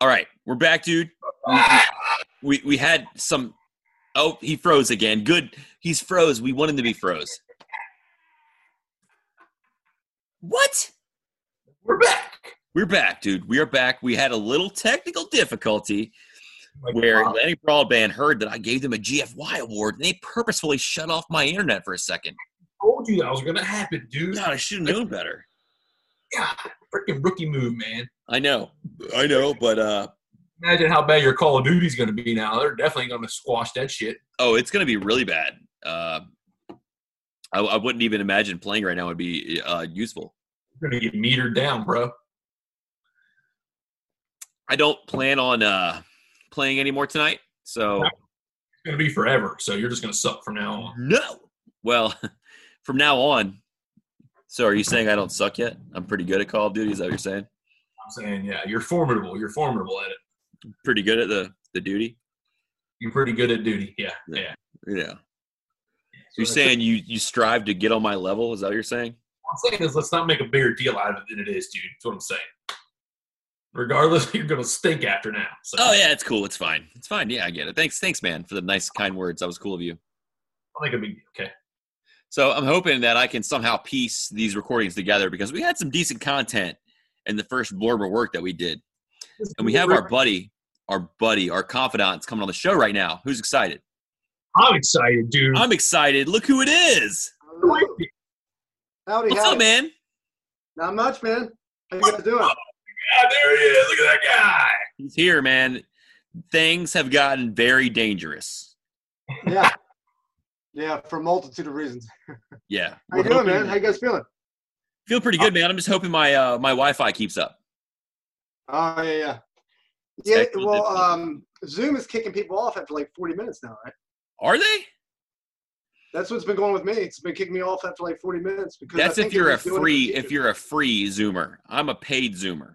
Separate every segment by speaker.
Speaker 1: All right, we're back, dude.
Speaker 2: Um,
Speaker 1: We, we we had some. Oh, he froze again. Good, he's froze. We want him to be froze. What?
Speaker 2: We're back.
Speaker 1: We're back, dude. We are back. We had a little technical difficulty
Speaker 2: Like,
Speaker 1: where
Speaker 2: wow.
Speaker 1: Atlantic Broadband heard that I gave them a GFY award, and they purposefully shut off my internet for a second.
Speaker 2: told you that was gonna happen, dude.
Speaker 1: God, I should have known better.
Speaker 2: Yeah, freaking rookie move, man.
Speaker 1: I know, I know, but uh,
Speaker 2: Imagine how bad your Call of Duty's gonna be now. They're definitely gonna squash that shit.
Speaker 1: oh, it's gonna be really bad. Uh, I, I wouldn't even imagine playing right now would be uh, useful.
Speaker 2: You're gonna get metered down, bro.
Speaker 1: I don't plan on uh, playing anymore tonight, so
Speaker 2: It's gonna be forever. So you're just gonna suck from now on.
Speaker 1: no. Well, from now on. So, are you saying I don't suck yet? I'm pretty good at Call of Duty. Is that what you're saying?
Speaker 2: I'm saying, yeah, you're formidable. You're formidable at it.
Speaker 1: Pretty good at the the duty.
Speaker 2: You're pretty good at duty. Yeah,
Speaker 1: Yeah.
Speaker 2: yeah.
Speaker 1: Yeah. You're saying you you strive to get on my level. Is that what you're saying?
Speaker 2: What I'm saying is let's not make a bigger deal out of it than it is, dude. That's what I'm saying. Regardless, you're gonna stink after now. So
Speaker 1: Oh yeah, it's cool. It's fine. It's fine. Yeah, I get it. Thanks, thanks, man, for the nice kind words. That was cool of you.
Speaker 2: I'll make a big deal. Okay.
Speaker 1: So I'm hoping that I can somehow piece these recordings together because we had some decent content in the first blurb of work that we did, and we have our buddy, our buddy, our confidant is coming on the show right now. Who's excited?
Speaker 2: I'm excited, dude.
Speaker 1: I'm excited. Look who it is.
Speaker 3: Howdy,
Speaker 1: What's
Speaker 3: howdy.
Speaker 1: up, man?
Speaker 3: Not much, man. How you guys doing?
Speaker 2: God, Ah, there he is. Look at that guy.
Speaker 1: He's here, man. Things have gotten very dangerous.
Speaker 3: Yeah. Yeah, for a multitude of reasons.
Speaker 1: Yeah.
Speaker 3: How
Speaker 1: We're
Speaker 3: you doing,
Speaker 1: hoping-
Speaker 3: man? How you guys feeling?
Speaker 1: Feel pretty good, man. I'm just hoping my uh, my Wi-Fi keeps up.
Speaker 3: Oh, yeah, yeah. Yeah,
Speaker 1: Technical
Speaker 3: well,
Speaker 1: difficulty.
Speaker 3: um, Zoom is kicking people off after like 40 minutes now, right?
Speaker 1: Are they?
Speaker 3: That's what's been going with me. It's been kicking me off after like 40 minutes because I
Speaker 1: That's
Speaker 3: think
Speaker 1: if you're
Speaker 3: they're
Speaker 1: a
Speaker 3: just doing it for
Speaker 1: free
Speaker 3: features.
Speaker 1: if you're a free Zoomer. I'm a paid Zoomer.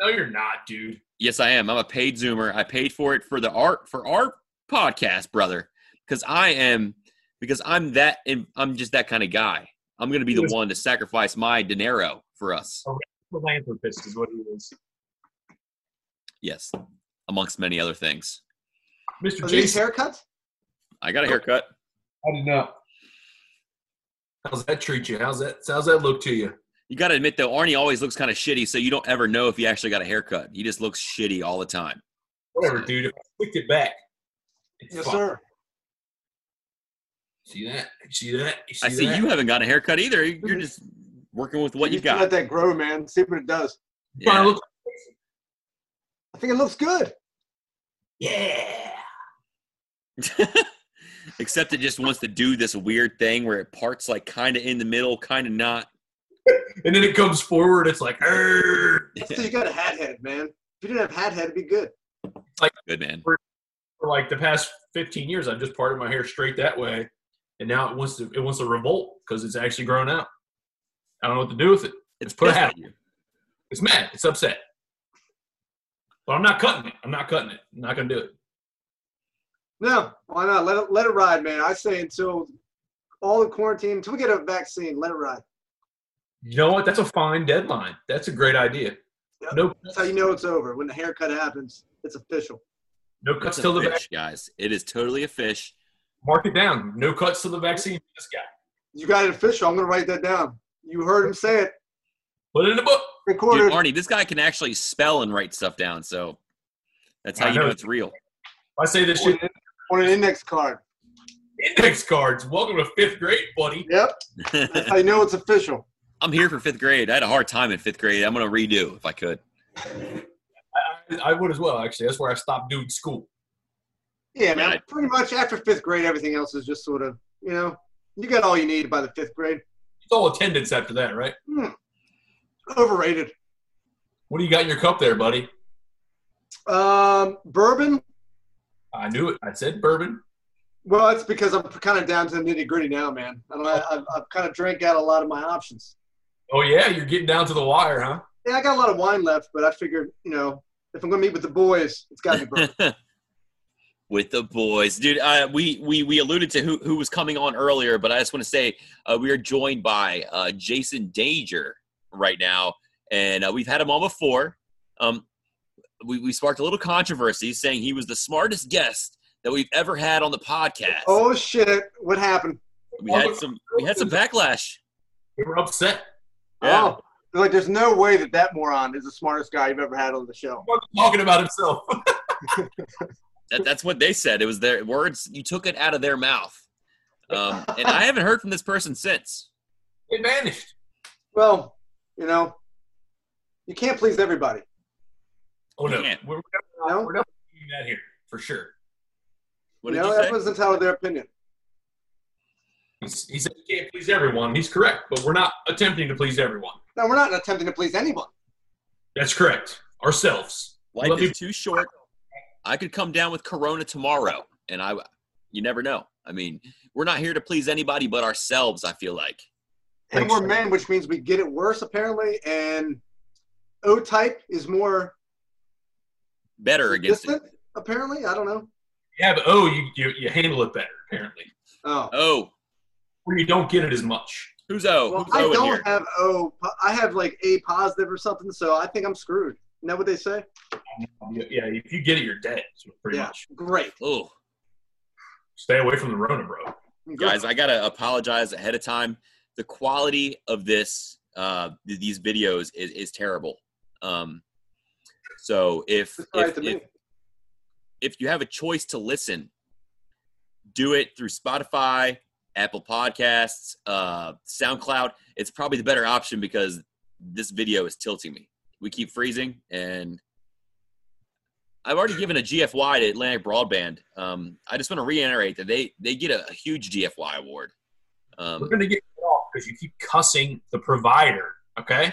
Speaker 2: No, you're not, dude.
Speaker 1: Yes, I am. I'm a paid Zoomer. I paid for it for the art for our podcast, brother, because I am because I'm that I'm just that kind of guy. I'm gonna be the
Speaker 2: Yes.
Speaker 1: one to sacrifice my dinero for us.
Speaker 2: Philanthropist is what he is.
Speaker 1: Yes, amongst many other things.
Speaker 2: Mr.
Speaker 3: Are these
Speaker 2: Jason.
Speaker 3: haircuts?
Speaker 1: I got a haircut.
Speaker 2: I did not. How's that treat you? How's that? How's that look to you?
Speaker 1: You got to admit though, Arnie always looks kind of shitty, so you don't ever know if he actually got a haircut. He just looks shitty all the time.
Speaker 2: Whatever, dude. If I clicked it back. it's
Speaker 3: Yes,
Speaker 2: fine.
Speaker 3: sir.
Speaker 2: See that? You see that? You see
Speaker 1: I see
Speaker 2: that? Mm-hmm.
Speaker 1: you haven't got a haircut either. You're just working with what you
Speaker 3: Just
Speaker 1: got.
Speaker 3: Let that grow, man. See what it does.
Speaker 2: Fine,
Speaker 1: Yeah.
Speaker 2: look-
Speaker 3: I think it looks good.
Speaker 2: yeah.
Speaker 1: Except it just wants to do this weird thing where it parts like kind of in the middle, kind of not.
Speaker 2: And then it comes forward. It's like, "Arr."
Speaker 3: So you got a hat head, man. If you didn't have hat head, it'd be good.
Speaker 1: Good man.
Speaker 2: for like the past 15 years, I've just parted my hair straight that way, and now it wants to it wants to revolt because it's actually grown out. I don't know what to do with it.
Speaker 1: It's
Speaker 2: put a
Speaker 1: pissed
Speaker 2: hat
Speaker 1: at you.
Speaker 2: It's mad. It's upset. But I'm not cutting it. I'm not cutting it. I'm not gonna do it.
Speaker 3: No, why not? Let it let it ride, man. I say until all the quarantine, until we get a vaccine, let it ride.
Speaker 2: You know what? That's a fine deadline. That's a great idea.
Speaker 3: Yep.
Speaker 2: No,
Speaker 3: That's how you know it's over. When the haircut happens, it's official.
Speaker 2: no
Speaker 1: It's
Speaker 2: cuts
Speaker 1: a
Speaker 2: till the vaccine.
Speaker 1: fish, guys. It is totally a fish.
Speaker 2: Mark it down. No cuts till the vaccine. This guy.
Speaker 3: You got it official. I'm gonna write that down. You heard him say it.
Speaker 2: Put it in the book.
Speaker 1: Dude,
Speaker 3: Recorded.
Speaker 1: Arnie, this guy can actually spell and write stuff down, so that's how
Speaker 2: I
Speaker 1: you know
Speaker 2: know.
Speaker 1: it's real.
Speaker 2: If I say this
Speaker 3: on,
Speaker 2: shit.
Speaker 3: an, on an index card.
Speaker 2: Index cards. Welcome to fifth grade, buddy.
Speaker 3: Yep. That's how you know it's official.
Speaker 1: I'm here for fifth grade. I had a hard time in fifth grade. I'm gonna redo if I could.
Speaker 2: I, I would as well. Actually, that's where I stopped doing school.
Speaker 3: Yeah, man.
Speaker 1: Right.
Speaker 3: Pretty much after fifth grade, everything else is just sort of, you know, you got all you need by the fifth grade.
Speaker 2: It's all attendance after that, right?
Speaker 3: Overrated.
Speaker 2: What do you got in your cup there, buddy?
Speaker 3: Um, bourbon.
Speaker 2: I knew it. I said bourbon.
Speaker 3: Well, it's because I'm kind of down to the nitty gritty now, man. I don't, I, I've, I've kind of drank out a lot of my options.
Speaker 2: Oh yeah, you're getting down to the wire, huh?
Speaker 3: Yeah, I got a lot of wine left, but I figured, you know, if I'm gonna meet with the boys, it's gotta be bourbon.
Speaker 1: With the boys, dude. Uh, we we we alluded to who who was coming on earlier, but I just want to say uh, we are joined by uh, Jason Danger right now, and uh, we've had him on before. Um, we, we sparked a little controversy saying he was the smartest guest that we've ever had on the podcast.
Speaker 3: Oh shit! What happened?
Speaker 1: We had some we had some backlash.
Speaker 2: They were upset.
Speaker 1: Yeah.
Speaker 3: Oh, like there's no way that that moron is the smartest guy you've ever had on the show.
Speaker 2: Talking about himself.
Speaker 1: That, that's what they said. It was their words. You took it out of their mouth. Um, and I haven't heard from this person since.
Speaker 2: It vanished.
Speaker 3: Well, you know, you can't please everybody.
Speaker 2: Oh no,
Speaker 1: Yeah.
Speaker 2: we're, we're
Speaker 3: You know,
Speaker 2: we're definitely doing that here for sure.
Speaker 1: What
Speaker 3: you
Speaker 1: did
Speaker 3: know
Speaker 1: you say?
Speaker 3: everyone's entitled to their opinion.
Speaker 2: He's, he said you can't please everyone. He's correct, but we're not attempting to please everyone.
Speaker 3: No, we're not attempting to please anyone.
Speaker 2: That's correct. Ourselves.
Speaker 1: Life
Speaker 2: Love
Speaker 1: is
Speaker 2: you.
Speaker 1: too short. I could come down with corona tomorrow, and I, you never know. I mean, we're not here to please anybody but ourselves. I feel like.
Speaker 3: And
Speaker 2: Thanks.
Speaker 3: we're men, which means we get it worse apparently. And O type is more
Speaker 1: better against it.
Speaker 3: distant apparently. I don't know.
Speaker 2: Yeah, but oh, you, you you handle it better apparently,
Speaker 3: Oh,
Speaker 1: Oh,
Speaker 2: or you don't get it as much.
Speaker 1: who's O?
Speaker 3: well,
Speaker 1: Oh, who's
Speaker 3: I
Speaker 1: O in
Speaker 3: don't
Speaker 1: here?
Speaker 3: have O. po- I have like A positive or something, so I think I'm screwed. Isn't that what they say?
Speaker 2: Yeah, if you get it, you're dead. so Pretty
Speaker 3: Yeah.
Speaker 2: much.
Speaker 3: Great.
Speaker 1: Oh,
Speaker 2: Stay away from the Rona, bro.
Speaker 3: Great.
Speaker 1: guys, I gotta apologize ahead of time. The quality of this, uh, th- these videos is, is terrible. Um, so if
Speaker 3: It's all right
Speaker 1: if,
Speaker 3: to me.
Speaker 1: if if you have a choice to listen, do it through Spotify, Apple Podcasts, uh, SoundCloud. It's probably the better option because this video is tilting me. We keep freezing, and I've already given a GFY to Atlantic Broadband. Um, I just want to reiterate that they they get a, a huge GFY award.
Speaker 2: We're
Speaker 1: Um,
Speaker 2: gonna get you off because you keep cussing the provider. Okay.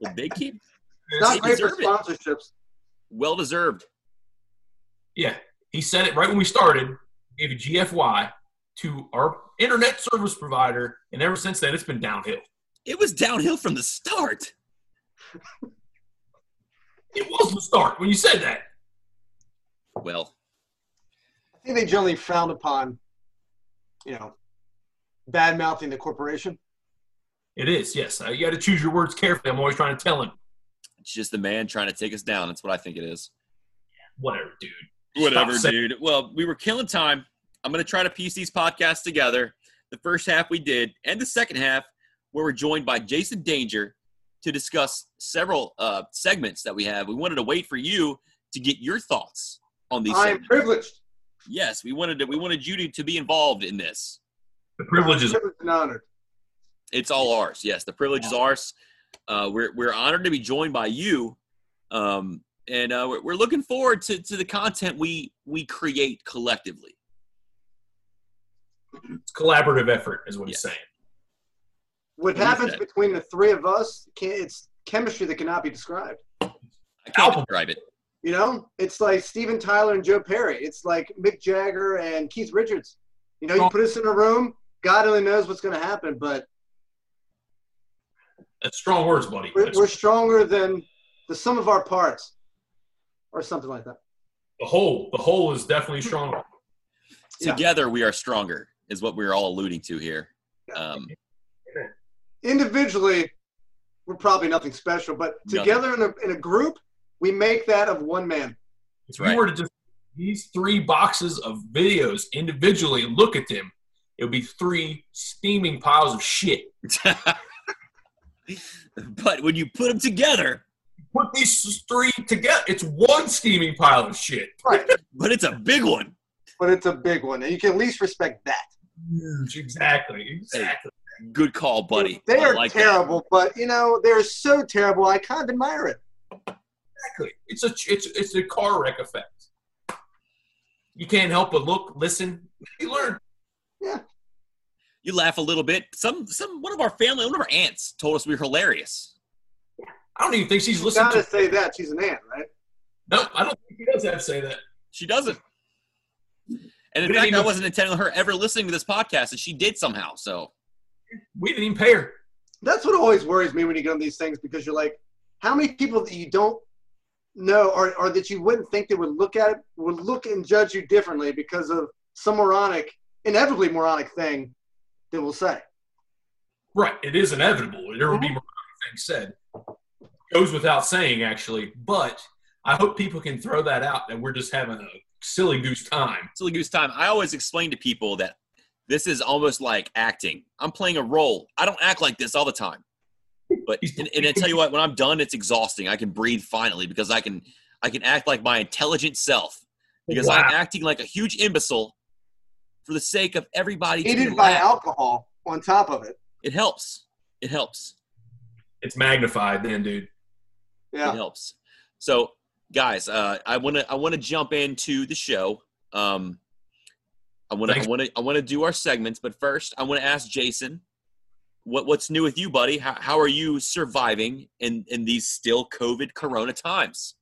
Speaker 1: well, they keep
Speaker 3: It's not
Speaker 1: They
Speaker 3: great for
Speaker 1: deserve it.
Speaker 3: sponsorships.
Speaker 1: well deserved.
Speaker 2: Yeah, he said it right when we started. Gave a GFY to our internet service provider, and ever since then, it's been downhill.
Speaker 1: It was downhill from the start.
Speaker 2: It was the start when you said that.
Speaker 1: Well,
Speaker 3: I think they generally frown upon, you know, bad mouthing the corporation.
Speaker 2: It is, yes. Uh, you got to choose your words carefully. I'm always trying to tell him,
Speaker 1: it's just the man trying to take us down. That's what I think it is.
Speaker 2: whatever, dude.
Speaker 1: Whatever,
Speaker 2: Stop
Speaker 1: dude. Well, we were killing time. I'm going to try to piece these podcasts together. The first half we did, and the second half, where we're joined by Jason Danger to discuss several uh, segments that we have. We wanted to wait for you to get your thoughts on these.
Speaker 3: I am
Speaker 1: segments.
Speaker 3: privileged.
Speaker 1: Yes, we wanted to, we wanted you to, to be involved in this.
Speaker 2: The privilege is
Speaker 3: Privileged and honored.
Speaker 1: It's all ours. Yes, the privilege is ours. Uh, we're we're honored to be joined by you, um, and uh, we're, we're looking forward to, to the content we we create collectively.
Speaker 2: it's a collaborative effort, is what he's
Speaker 1: Yeah.
Speaker 2: saying.
Speaker 3: What
Speaker 1: What is
Speaker 3: happens
Speaker 1: that?
Speaker 3: between the three of us, can't, it's chemistry that cannot be described.
Speaker 1: I can't
Speaker 2: Album.
Speaker 1: describe it.
Speaker 3: You know, it's like Steven Tyler and Joe Perry. It's like Mick Jagger and Keith Richards. You know, you put us in a room, God only knows what's going to happen, but
Speaker 2: That's strong words, buddy.
Speaker 3: we're,
Speaker 2: That's
Speaker 3: we're stronger than the sum of our parts or something like that.
Speaker 2: the whole, the whole is definitely strong.
Speaker 3: Yeah.
Speaker 1: Together we are stronger is what we're all alluding to here. Um,
Speaker 3: Individually, we're probably nothing special, but
Speaker 1: Nothing.
Speaker 3: together in a, in a group, we make that of one man.
Speaker 2: If
Speaker 1: right.
Speaker 2: you were to just these three boxes of videos individually and look at them, it would be three steaming piles of shit.
Speaker 1: but when you put them together,
Speaker 2: Put these three together, it's one steaming pile of shit.
Speaker 3: Right.
Speaker 1: but it's a big one.
Speaker 3: but it's a big one, and you can at least respect that.
Speaker 2: Huge, exactly, exactly.
Speaker 1: Good call, buddy.
Speaker 3: They
Speaker 1: I
Speaker 3: are
Speaker 1: like that.
Speaker 3: terrible, but you know they're so terrible. I kind of admire it.
Speaker 2: Exactly. It's a it's it's a car wreck effect. You can't help but look, listen. You learn.
Speaker 1: You laugh a little bit. Some some one of our family, one of our aunts, told us we were hilarious.
Speaker 2: I don't even think she's
Speaker 3: You
Speaker 2: listening
Speaker 3: gotta
Speaker 2: to.
Speaker 3: say that she's an ant, right?
Speaker 2: No, I don't think she does have to say that.
Speaker 1: She doesn't. And in
Speaker 2: We didn't
Speaker 1: fact, I
Speaker 2: even-
Speaker 1: wasn't intending on her ever listening to this podcast, and she did somehow. So
Speaker 2: We didn't even pay her.
Speaker 3: That's what always worries me when you get on these things because you're like, how many people that you don't know or, or that you wouldn't think they would look at it would look and judge you differently because of some moronic, inevitably moronic thing they will say.
Speaker 2: Right. It is inevitable. There will be more things said. Goes without saying, actually. But I hope people can throw that out that we're just having a silly goose time.
Speaker 1: Silly Goose time. I always explain to people that this is almost like acting. I'm playing a role. I don't act like this all the time. But and, and I tell you what, when I'm done, it's exhausting. I can breathe finally because I can I can act like my intelligent self because I'm
Speaker 2: Wow.
Speaker 1: acting like a huge imbecile for the sake of everybody. to
Speaker 3: Aided by
Speaker 1: laugh.
Speaker 3: alcohol on top of it.
Speaker 1: It helps. It helps.
Speaker 2: It's magnified, then, dude.
Speaker 1: It
Speaker 3: Yeah.
Speaker 1: helps. So, guys, uh, I want to I want to jump into the show. Um, I want to I
Speaker 2: Thanks.
Speaker 1: want to I want to do our segments, but first I want to ask Jason, what what's new with you, buddy? How how are you surviving in in these still COVID Corona times?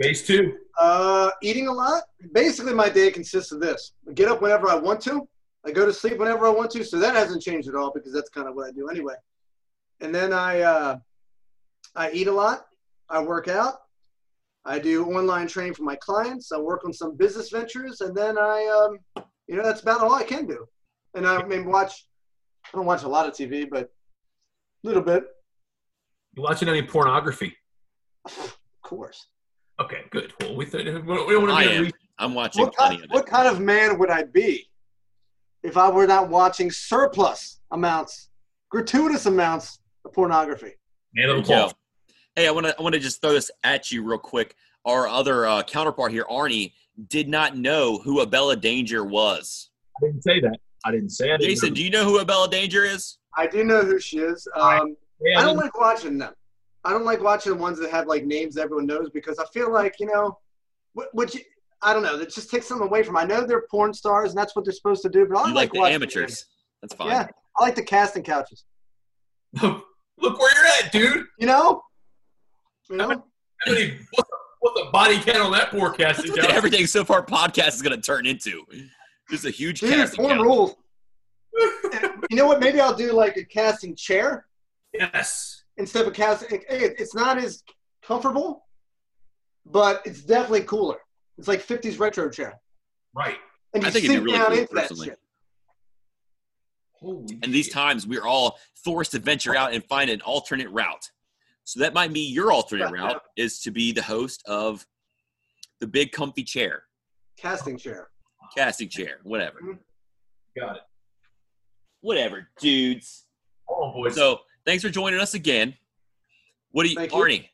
Speaker 2: Phase two.
Speaker 3: Uh, eating a lot. Basically, my day consists of this: I get up whenever I want to, I go to sleep whenever I want to. So that hasn't changed at all because that's kind of what I do anyway. And then I, uh, I eat a lot. I work out. I do online training for my clients. I work on some business ventures, and then I, um, you know, that's about all I can do. And I mean, watch. I don't watch a lot of TV, but a little bit,
Speaker 2: You watching any pornography?
Speaker 3: of course.
Speaker 2: Okay, good. Well, we, th- we don't want to
Speaker 1: I
Speaker 2: be. a
Speaker 1: am.
Speaker 2: re-
Speaker 1: I'm watching
Speaker 3: what
Speaker 1: plenty
Speaker 3: kind,
Speaker 1: of it.
Speaker 3: what kind of man would I be if I were not watching surplus amounts, gratuitous amounts of pornography?
Speaker 2: man of the
Speaker 1: There you
Speaker 2: cloth.
Speaker 1: go. Hey, I want to I want to just throw this at you real quick. Our other uh, counterpart here, Arnie, did not know who Abella Danger was.
Speaker 2: I didn't say that. I didn't say it.
Speaker 1: Jason, do you know who Abella Danger is?
Speaker 3: I do know who she is. Um, I don't like watching them. I don't like watching the ones that have like names everyone knows because I feel like you know, what would you? I don't know. That just takes something away from. 'em. I know they're porn stars and that's what they're supposed to do, but I
Speaker 1: You like the
Speaker 3: watching
Speaker 1: amateurs. That's fine.
Speaker 3: them. Yeah, I like the casting couches.
Speaker 2: Look where you're at, dude.
Speaker 3: You know, you know.
Speaker 2: How many, what, the, what the body count on that forecast?
Speaker 1: That's what the everything so far podcast is going to turn into. Just a huge
Speaker 3: Dude,
Speaker 1: casting
Speaker 3: porn
Speaker 1: couch.
Speaker 3: rules. you know what? Maybe I'll do like a casting chair
Speaker 2: yes.
Speaker 3: instead of casting. It, it- it's not as comfortable, but it's definitely cooler. It's like 50s retro chair,
Speaker 2: Right.
Speaker 3: and
Speaker 1: I
Speaker 3: you
Speaker 1: think
Speaker 3: sink
Speaker 1: it'd be really
Speaker 3: down
Speaker 1: cool,
Speaker 3: into that
Speaker 1: personally.
Speaker 3: shit.
Speaker 2: Holy
Speaker 1: And these
Speaker 2: shit.
Speaker 1: times, we're all forced to venture out and find an alternate route. So that might be your alternate
Speaker 3: Yeah.
Speaker 1: route is to be the host of the big comfy chair,
Speaker 3: Casting chair.
Speaker 1: casting chair, whatever,
Speaker 3: Mm-hmm.
Speaker 2: Got it.
Speaker 1: whatever, dudes.
Speaker 2: Oh, boys.
Speaker 1: So thanks for joining us again. What do you,
Speaker 3: Thank you.
Speaker 1: Arnie?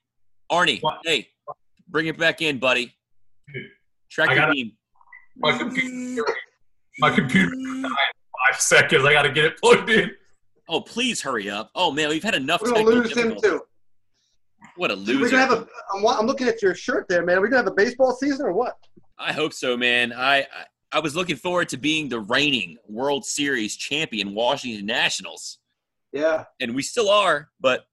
Speaker 1: Arnie,
Speaker 2: What?
Speaker 1: hey, bring it back in, buddy.
Speaker 2: Dude,
Speaker 1: Track
Speaker 2: I
Speaker 1: your
Speaker 2: gotta-
Speaker 1: beam.
Speaker 2: my computer. My computer. Five seconds. I got to get it plugged in.
Speaker 1: Oh, please hurry up. Oh man, we've had enough.
Speaker 3: We're gonna
Speaker 1: technical
Speaker 3: lose him
Speaker 1: difficulties.
Speaker 3: too.
Speaker 1: What a
Speaker 3: Dude,
Speaker 1: loser!
Speaker 3: We're gonna have a. I'm, wa- I'm looking at your shirt there, man. Are we gonna have a baseball season or what?
Speaker 1: I hope so, man. I, I I was looking forward to being the reigning World Series champion, Washington Nationals,
Speaker 3: Yeah.
Speaker 1: and we still are. But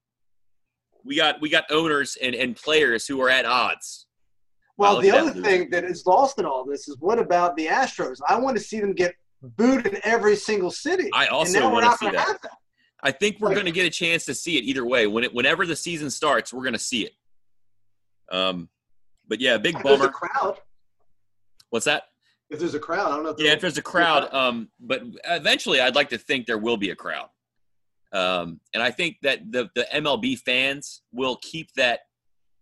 Speaker 1: we got we got owners and and players who are at odds.
Speaker 3: Well,
Speaker 1: Well,
Speaker 3: the
Speaker 1: yeah,
Speaker 3: other
Speaker 1: loser.
Speaker 3: thing that is lost in all this is what about the Astros? I want to see them get booed in every single city.
Speaker 1: I
Speaker 3: and
Speaker 1: also
Speaker 3: now we're
Speaker 1: want to
Speaker 3: not
Speaker 1: see
Speaker 3: gonna
Speaker 1: that.
Speaker 3: have that.
Speaker 1: I think we're
Speaker 3: Like-
Speaker 1: going to get a chance to see it either way. When it, whenever the season starts, we're going to see it. Um, but yeah, big
Speaker 3: If there's a
Speaker 1: bummer.
Speaker 3: crowd,
Speaker 1: What's that?
Speaker 3: if there's a crowd, I don't know. If
Speaker 1: Yeah, if there's a
Speaker 3: uh,
Speaker 1: crowd. Um, but eventually, I'd like to think there will be a crowd. Um, and I think that the the MLB fans will keep that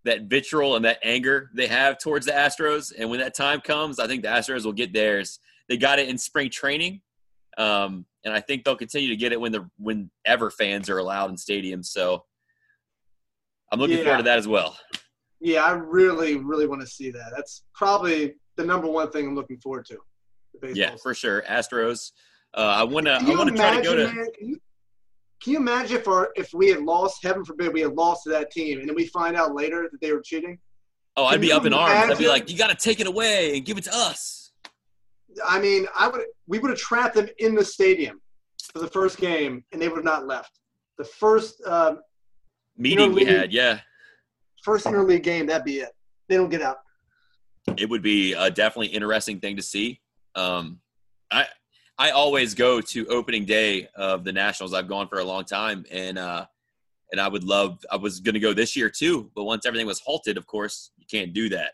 Speaker 1: that vitriol and that anger they have towards the Astros. And when that time comes, I think the Astros will get theirs. They got it in spring training, um, and I think they'll continue to get it when the whenever fans are allowed in stadiums. So I'm looking forward to that as well.
Speaker 3: Yeah, I really, really want to see that. That's probably the number one thing I'm looking forward to. the baseball
Speaker 1: Yeah,
Speaker 3: season.
Speaker 1: for sure. Astros. Uh, I wanna.
Speaker 3: Can
Speaker 1: I
Speaker 3: you
Speaker 1: wanna try to
Speaker 3: imagine,
Speaker 1: go to.
Speaker 3: man, can, you, can you imagine if our if we had lost? Heaven forbid, we had lost to that team, and then we find out later that they were cheating.
Speaker 1: Oh, I'd
Speaker 3: Can
Speaker 1: be
Speaker 3: you
Speaker 1: up in arms. I'd be
Speaker 3: imagine?
Speaker 1: like, you got to take it away and give it to us.
Speaker 3: I mean, I would we would have trapped them in the stadium for the first game, and they would have not left. The first um,
Speaker 1: Meeting we
Speaker 3: leaving-
Speaker 1: had, yeah,
Speaker 3: first interleague game, that'd be it. They don't get out.
Speaker 1: it would be a definitely interesting thing to see. Um, I I always go to opening day of the Nationals. I've gone for a long time, and uh, and I would love. I was going to go this year too, but once everything was halted, of course, you can't do that.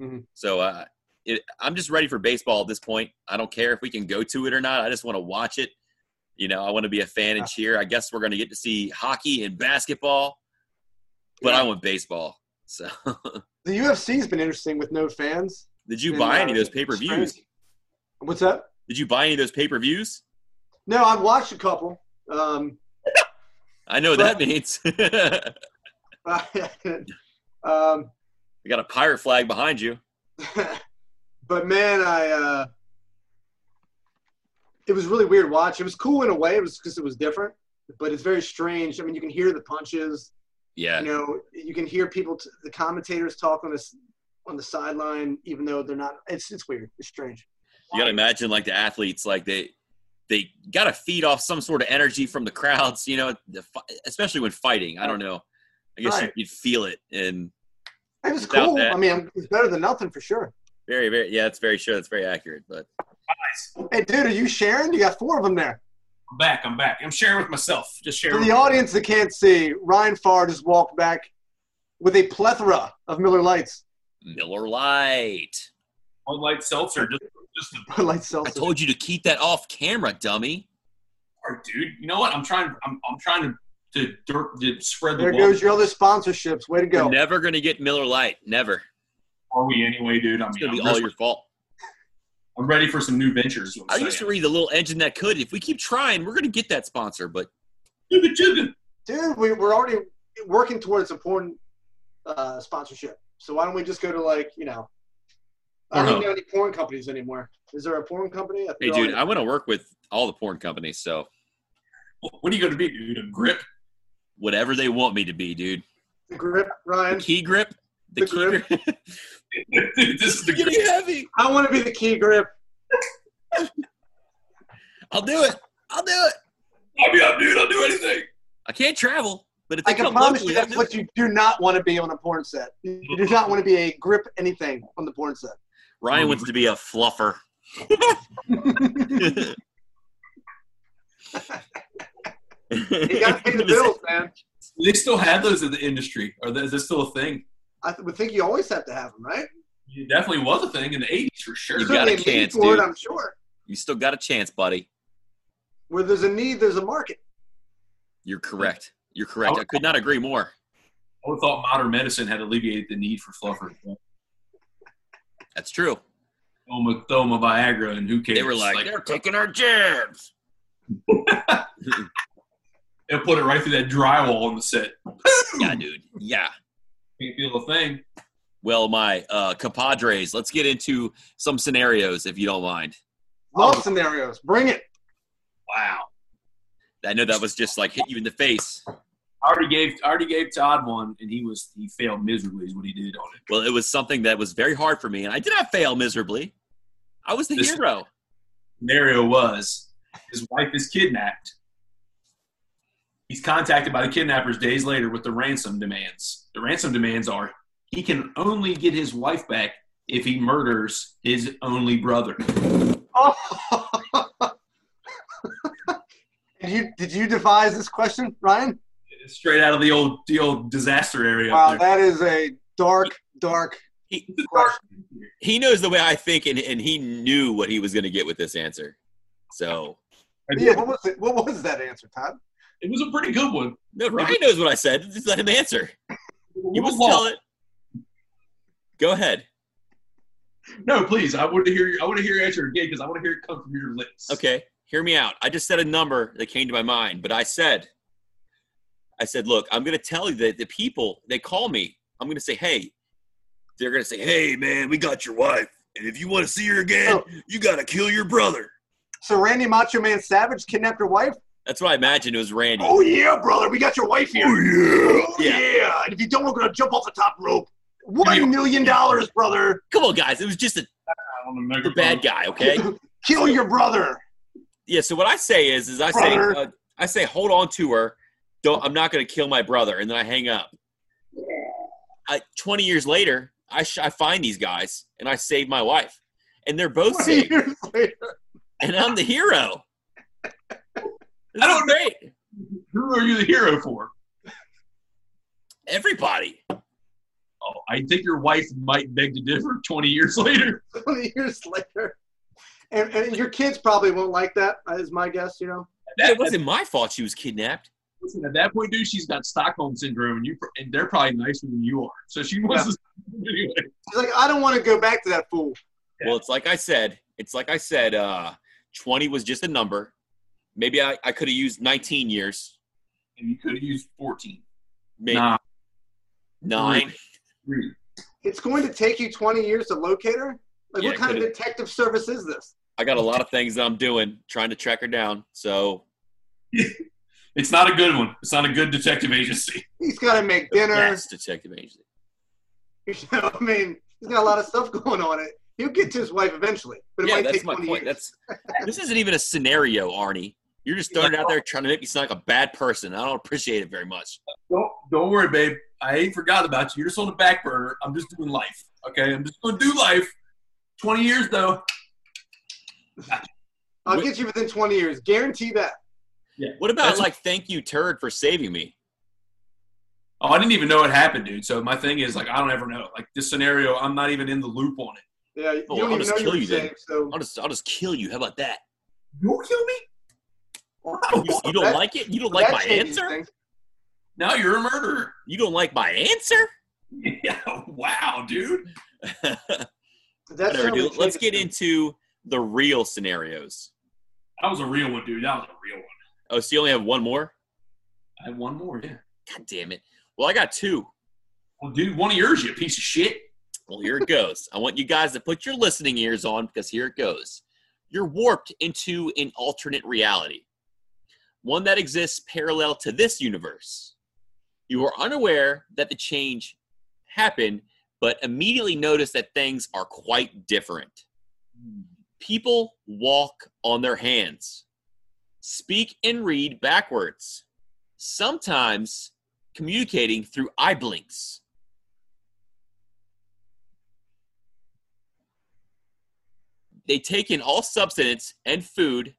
Speaker 3: Mhm.
Speaker 1: So uh, it, I'm just ready for baseball at this point. I don't care if we can go to it or not. I just want to watch it. You know, I want to be a fan and cheer. I guess we're going to get to see hockey and basketball, but I want baseball. So
Speaker 3: The UFC's been interesting with no fans.
Speaker 1: did you
Speaker 3: And,
Speaker 1: buy
Speaker 3: uh,
Speaker 1: any of those pay per
Speaker 3: it's
Speaker 1: views?
Speaker 3: crazy. What's up?
Speaker 1: Did you buy any of those pay per views?
Speaker 3: No, I've watched a couple. Um,
Speaker 1: I know what that means. I
Speaker 3: um,
Speaker 1: got a pirate flag behind you.
Speaker 3: but man, I uh, it was really weird watch. It was cool in a way. It was because it was different, but it's very strange. I mean, you can hear the punches.
Speaker 1: Yeah.
Speaker 3: You know, you can hear people, t- the commentators talk on this on the sideline, even though they're not. It's it's weird. It's strange.
Speaker 1: you gotta imagine like the athletes like they they gotta feed off some sort of energy from the crowds you know the, fi- especially when fighting i don't know i guess
Speaker 3: Right.
Speaker 1: you'd feel it and
Speaker 3: It was
Speaker 1: Without
Speaker 3: cool.
Speaker 1: that-
Speaker 3: I mean, it's better than nothing for sure.
Speaker 1: very very yeah that's very sure that's very accurate but
Speaker 3: Hey, dude, are you sharing? You got four of them there.
Speaker 2: I'm back. I'm back. I'm sharing with myself. Just sharing.
Speaker 3: For
Speaker 2: with
Speaker 3: the audience that can't see, Ryan Farr just walked back with a plethora of Miller Lights.
Speaker 1: miller light
Speaker 2: Bud Light seltzer. Just, just the
Speaker 3: Miller Light
Speaker 1: i
Speaker 3: seltzer.
Speaker 1: told you to keep that off camera dummy
Speaker 2: bar, dude. You know what? I'm trying. I'm, I'm trying to to, dirt, to spread the
Speaker 3: there
Speaker 2: love.
Speaker 3: goes your other sponsorships. Way to
Speaker 1: you're
Speaker 3: go.
Speaker 1: never gonna get miller light never
Speaker 2: Are we anyway, dude? I
Speaker 1: it's
Speaker 2: mean,
Speaker 1: gonna
Speaker 2: I'm,
Speaker 1: be all
Speaker 2: just-
Speaker 1: your fault
Speaker 2: I'm ready for some new ventures. is what
Speaker 1: i
Speaker 2: I'm
Speaker 1: used to
Speaker 2: saying.
Speaker 1: read the little engine that could if we keep trying we're gonna get that sponsor but
Speaker 2: Jugga jugga.
Speaker 3: Dude, we, we're already working towards a porn uh, sponsorship. So why don't we just go to like, you know, I
Speaker 2: Pornhub.
Speaker 3: don't even know any porn companies anymore. Is there a porn company? I
Speaker 1: hey
Speaker 3: think
Speaker 1: dude
Speaker 3: all-
Speaker 1: i want to work with all the porn companies so
Speaker 2: What are you going to be, dude? A grip?
Speaker 1: whatever they want me to be dude
Speaker 3: the grip,
Speaker 1: the
Speaker 3: Ryan.
Speaker 1: key grip the,
Speaker 3: The
Speaker 1: key
Speaker 3: grip.
Speaker 1: grip.
Speaker 2: Dude, this is the grip.
Speaker 1: heavy.
Speaker 3: I want to be the key grip.
Speaker 1: I'll do it. I'll do it.
Speaker 2: I'll be up, dude. I'll do anything.
Speaker 1: I can't travel, but if
Speaker 3: I
Speaker 1: they
Speaker 3: can
Speaker 1: come
Speaker 3: promise
Speaker 1: locally,
Speaker 3: you
Speaker 1: I'll
Speaker 3: that's
Speaker 1: do it.
Speaker 3: what you do not want to be on a porn set. You do not want to be a grip anything on the porn set.
Speaker 1: Ryan wants to be a fluffer.
Speaker 3: You got to pay the bills, man.
Speaker 2: Do They still have those in the industry. Or is this still a thing?
Speaker 3: I th- would think you always have to have them, right?
Speaker 2: It definitely was a thing in the 80s for sure.
Speaker 1: You got
Speaker 3: Certainly
Speaker 1: a
Speaker 3: need
Speaker 1: chance,
Speaker 3: for
Speaker 1: dude.
Speaker 3: It, I'm sure.
Speaker 1: You still got a chance, buddy.
Speaker 3: Where there's a need, there's a market.
Speaker 1: You're correct. You're correct. I could not agree more.
Speaker 2: I would've thought modern medicine had alleviated the need for fluffer.
Speaker 1: That's true.
Speaker 2: Throw 'em a- throw 'em a Viagra and who cares?
Speaker 1: They were like, they're taking our jabs.
Speaker 2: they'll put it right through that drywall on the set.
Speaker 1: Yeah, dude. Yeah.
Speaker 2: Can't feel a thing.
Speaker 1: Well, my uh, compadres, let's get into some scenarios if you don't mind.
Speaker 3: Love
Speaker 2: Oh.
Speaker 3: scenarios. Bring it.
Speaker 2: Wow.
Speaker 1: I know that was just like hit you in the face.
Speaker 2: I already gave I already gave Todd one and he was he failed miserably is what he did on it.
Speaker 1: Well, it was something that was very hard for me, and I did not fail miserably. I was the
Speaker 2: This-
Speaker 1: hero.
Speaker 2: scenario was his wife is kidnapped. He's contacted by the kidnappers days later with the ransom demands. The ransom demands are he can only get his wife back if he murders his only brother.
Speaker 3: Oh. did you did you devise this question, Ryan?
Speaker 2: Straight out of the old the old disaster area.
Speaker 3: Wow,
Speaker 2: up there.
Speaker 3: that is a dark, dark
Speaker 1: He,
Speaker 3: question.
Speaker 1: he knows the way I think, and, and he knew what he was going to get with this answer. So,
Speaker 3: Yeah, what was it? What was that answer, Todd?
Speaker 2: It was a pretty good one.
Speaker 1: no, Ryan knows what I said. Just let him answer.
Speaker 2: It
Speaker 1: You
Speaker 2: was
Speaker 1: must tell
Speaker 2: long.
Speaker 1: it. Go ahead.
Speaker 2: No, please. I want to hear. your- I want to hear your answer again because I want to hear it come from your lips.
Speaker 1: Okay, hear me out. I just said a number that came to my mind, but I said, I said, look, I'm going to tell you that the people, they call me. I'm going to say, hey, they're going to say, hey, man, we got your wife. And if you want to see her again,
Speaker 3: Oh.
Speaker 1: you got to kill your brother.
Speaker 3: So Randy Macho Man Savage kidnapped your wife?
Speaker 1: That's what I imagined it was Randy.
Speaker 3: Oh yeah, brother, we got your wife here. Oh
Speaker 1: Yeah.
Speaker 3: And if you don't, we're gonna jump off the top rope. One million dollars, brother.
Speaker 1: Come on, guys. It was just a,
Speaker 2: I want to
Speaker 1: the
Speaker 2: make
Speaker 1: bad guy, okay?
Speaker 3: Kill your brother.
Speaker 1: yeah so what i say is is i say
Speaker 3: Brother.
Speaker 1: uh, i say hold on to her don't i'm not going to kill my brother and then i hang up I, 20 years later I, sh- I find these guys and i save my wife and they're both saved
Speaker 3: Years later.
Speaker 1: and i'm the hero This
Speaker 2: I
Speaker 1: is
Speaker 2: don't
Speaker 1: great
Speaker 2: Who are you the hero for?
Speaker 1: everybody
Speaker 2: Oh, I think your wife might beg to differ 20 years later.
Speaker 3: 20 years later. And, and your kids probably won't like that, uh, is my guess, you know?
Speaker 1: it wasn't my fault she was kidnapped
Speaker 2: Listen, at that point, dude, she's got Stockholm syndrome, and you pr- and they're probably nicer than you are. So she wants
Speaker 3: Yeah.
Speaker 2: to anyway.
Speaker 3: He's like, I don't want to go back to that fool.
Speaker 1: Well, it's like I said. It's like I said. Uh, Twenty was just a number. Maybe I, I could have used nineteen years.
Speaker 2: And you could have used fourteen.
Speaker 1: Maybe
Speaker 2: Nah,
Speaker 1: nine.
Speaker 2: three.
Speaker 3: It's going to take you 20 years to locate her. Like,
Speaker 1: Yeah,
Speaker 3: what kind of
Speaker 1: could've-
Speaker 3: detective service is this?
Speaker 1: I got a lot of things that I'm doing trying to track her down. So
Speaker 2: It's not a good one. It's not a good detective agency.
Speaker 3: He's got to make dinner.
Speaker 1: yes, detective agency.
Speaker 3: You know, I mean, he's got a lot of stuff going on. It he'll get to his wife eventually, but it
Speaker 1: Yeah,
Speaker 3: might
Speaker 1: that's
Speaker 3: take
Speaker 1: my
Speaker 3: 20
Speaker 1: point.
Speaker 3: years.
Speaker 1: That's this isn't even a scenario, Arnie. You're just throwing it out there trying to make me sound like a bad person. I don't appreciate it very much.
Speaker 2: Don't don't worry, babe. I ain't forgot about you. You're just on the back burner. I'm just doing life. Okay, I'm just gonna do life. Twenty years though.
Speaker 3: I'll get you within 20 years, guarantee that.
Speaker 1: What about
Speaker 2: That's-
Speaker 1: like thank you, turd, for saving me?
Speaker 2: Oh, I didn't even know it happened, dude. So my thing is like I don't ever know. Like this scenario, I'm not even in the loop on it.
Speaker 3: Yeah, you
Speaker 1: Oh,
Speaker 3: don't
Speaker 1: I'll
Speaker 3: even
Speaker 1: just
Speaker 3: know
Speaker 1: kill
Speaker 3: you're
Speaker 1: you then.
Speaker 3: safe. So
Speaker 1: I'll just I'll just kill you. How about that?
Speaker 2: You'll kill me.
Speaker 1: You,
Speaker 2: Wow.
Speaker 1: you don't
Speaker 3: Oh, That-
Speaker 1: like it? You don't like
Speaker 3: that
Speaker 1: my
Speaker 3: changes
Speaker 1: answer?
Speaker 3: things.
Speaker 2: Now you're a murderer.
Speaker 1: You don't like my answer?
Speaker 2: Yeah. Wow, dude.
Speaker 3: That
Speaker 1: Whatever,
Speaker 3: certainly
Speaker 1: dude. Let's
Speaker 3: changes
Speaker 1: get
Speaker 3: things.
Speaker 1: into the real scenarios.
Speaker 2: That was a real one, dude. That was a real one.
Speaker 1: Oh, so you only have one more?
Speaker 2: I had one more, yeah.
Speaker 1: God damn it. Well, I got two.
Speaker 2: Well, dude, one of yours, you piece of shit.
Speaker 1: Well, here it goes. I want you guys to put your listening ears on because here it goes. You're warped into an alternate reality, one that exists parallel to this universe. You are unaware that the change happened, but immediately notice that things are quite different. People walk on their hands, speak and read backwards, sometimes communicating through eye blinks. they take in all substance and food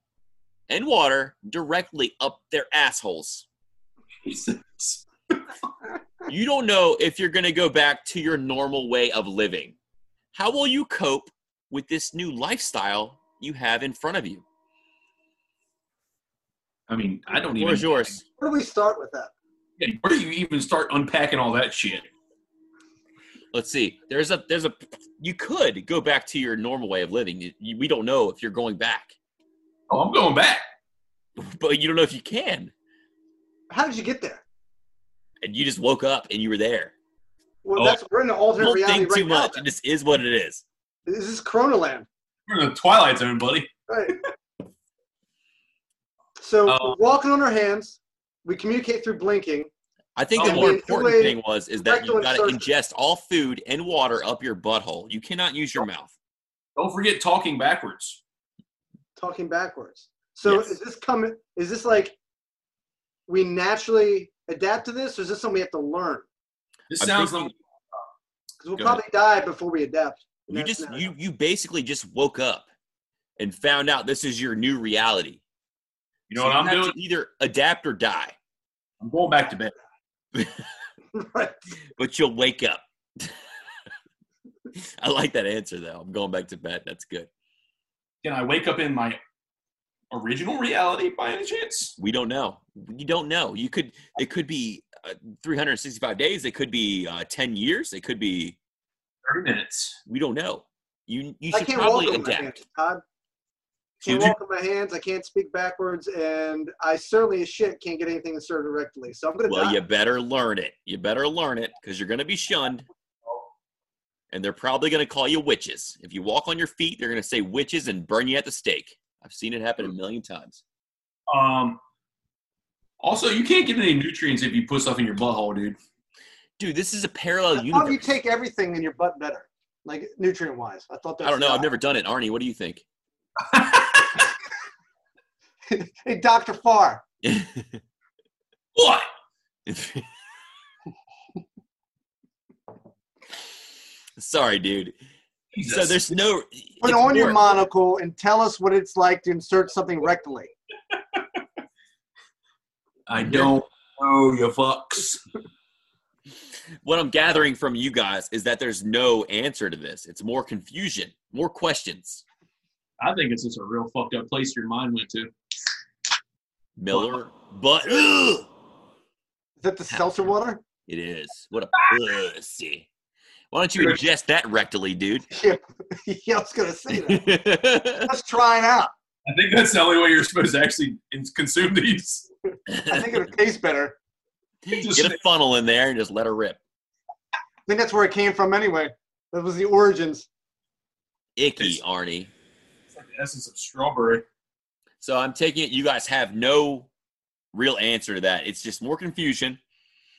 Speaker 1: and water directly up their assholes.
Speaker 2: Jesus.
Speaker 1: You don't know if you're going to go back to your normal way of living. How will you cope with this new lifestyle you have in front of you?
Speaker 2: I mean, I don't even.
Speaker 1: Where's yours?
Speaker 3: Where do we start with that?
Speaker 2: Yeah, where do you even start unpacking all that shit?
Speaker 1: Let's see. There's a there's a you could go back to your normal way of living. You- you- we don't know if you're going back,
Speaker 2: Oh, I'm going back.
Speaker 1: but you don't know if you can.
Speaker 3: How did you get there?
Speaker 1: And you just woke up and you were there.
Speaker 3: Well,
Speaker 2: Oh.
Speaker 3: that's we're in the alternate
Speaker 1: Don't
Speaker 3: reality
Speaker 1: think
Speaker 3: right
Speaker 1: too
Speaker 3: now.
Speaker 1: much. It just is what it is.
Speaker 3: This is Coronaland,
Speaker 2: We're in the Twilight Zone, buddy.
Speaker 3: right? so
Speaker 2: Oh.
Speaker 3: we're walking on our hands, we communicate through blinking.
Speaker 1: I think
Speaker 2: Oh,
Speaker 1: the more
Speaker 3: man,
Speaker 1: important
Speaker 3: wait.
Speaker 1: thing was is that
Speaker 3: Rectal
Speaker 1: you got to
Speaker 3: insertion.
Speaker 1: ingest all food and water up your butthole. You cannot use your mouth.
Speaker 2: Don't forget talking backwards.
Speaker 3: talking backwards. So
Speaker 1: Yes.
Speaker 3: is this coming? Is this like we naturally adapt to this, or is this something we have to learn?
Speaker 2: This
Speaker 1: I'm
Speaker 2: sounds
Speaker 1: thinking-
Speaker 2: like
Speaker 3: Because we'll
Speaker 1: Go
Speaker 3: probably die before we adapt. And
Speaker 1: You
Speaker 3: that's
Speaker 1: just
Speaker 3: not-
Speaker 1: you you basically just woke up and found out this is your new reality.
Speaker 2: you know
Speaker 1: So
Speaker 2: what I'm
Speaker 1: have
Speaker 2: doing.
Speaker 1: to Either adapt or die,
Speaker 2: I'm going back to bed.
Speaker 3: right.
Speaker 1: but you'll wake up. I like that answer though. I'm going back to bed. That's good.
Speaker 2: Can I wake up in my original reality by any chance?
Speaker 1: We don't know. You don't know. You could. It could be uh, 365 days. It could be uh, 10 years. It could be.
Speaker 2: Thirty minutes.
Speaker 1: We don't know. You you
Speaker 3: I
Speaker 1: should
Speaker 3: can't walk
Speaker 1: probably
Speaker 3: on my
Speaker 1: adapt.
Speaker 3: hands, Todd. Can't
Speaker 2: Should you-
Speaker 3: walk on my hands. I can't speak backwards, and I certainly as shit can't get anything inserted directly. So I'm gonna
Speaker 1: Well,
Speaker 3: die.
Speaker 1: you better learn it. You better learn it because you're going to be shunned. And they're probably going to call you witches. If you walk on your feet, they're going to say witches and burn you at the stake. I've seen it happen a million times.
Speaker 2: Um. Also, you can't get any nutrients if you put stuff in your butthole, dude.
Speaker 1: Dude, this is a parallel
Speaker 3: How do you
Speaker 1: universe.
Speaker 3: take everything in your butt better, like nutrient wise? I thought that.
Speaker 1: I don't know. I've never done it. Arnie, what do you think?
Speaker 3: Hey, Doctor Farr.
Speaker 2: what?
Speaker 1: Sorry, dude.
Speaker 2: Jesus.
Speaker 1: So there's no.
Speaker 3: Put
Speaker 1: it's
Speaker 3: on your
Speaker 1: more-
Speaker 3: monocle and tell us what it's like to insert something rectally.
Speaker 2: I don't know you fucks.
Speaker 1: What I'm gathering from you guys is that there's no answer to this. It's more confusion, more questions.
Speaker 2: I think it's just a real fucked up place your mind went to.
Speaker 1: Miller, but ugh,
Speaker 3: Is that the seltzer water?
Speaker 1: It is. What a pussy. Why don't you ingest that rectally, dude?
Speaker 3: yeah, I was gonna say that. Let's try it out.
Speaker 2: I think that's the only way you're supposed to actually in- consume these.
Speaker 3: I think it'll taste better.
Speaker 1: Get a funnel in there and just let her rip.
Speaker 3: I think that's where it came from anyway. That was the origins.
Speaker 1: Icky, Arnie.
Speaker 2: It's like the essence of strawberry.
Speaker 1: So I'm taking it you guys have no real answer to that. It's just more confusion.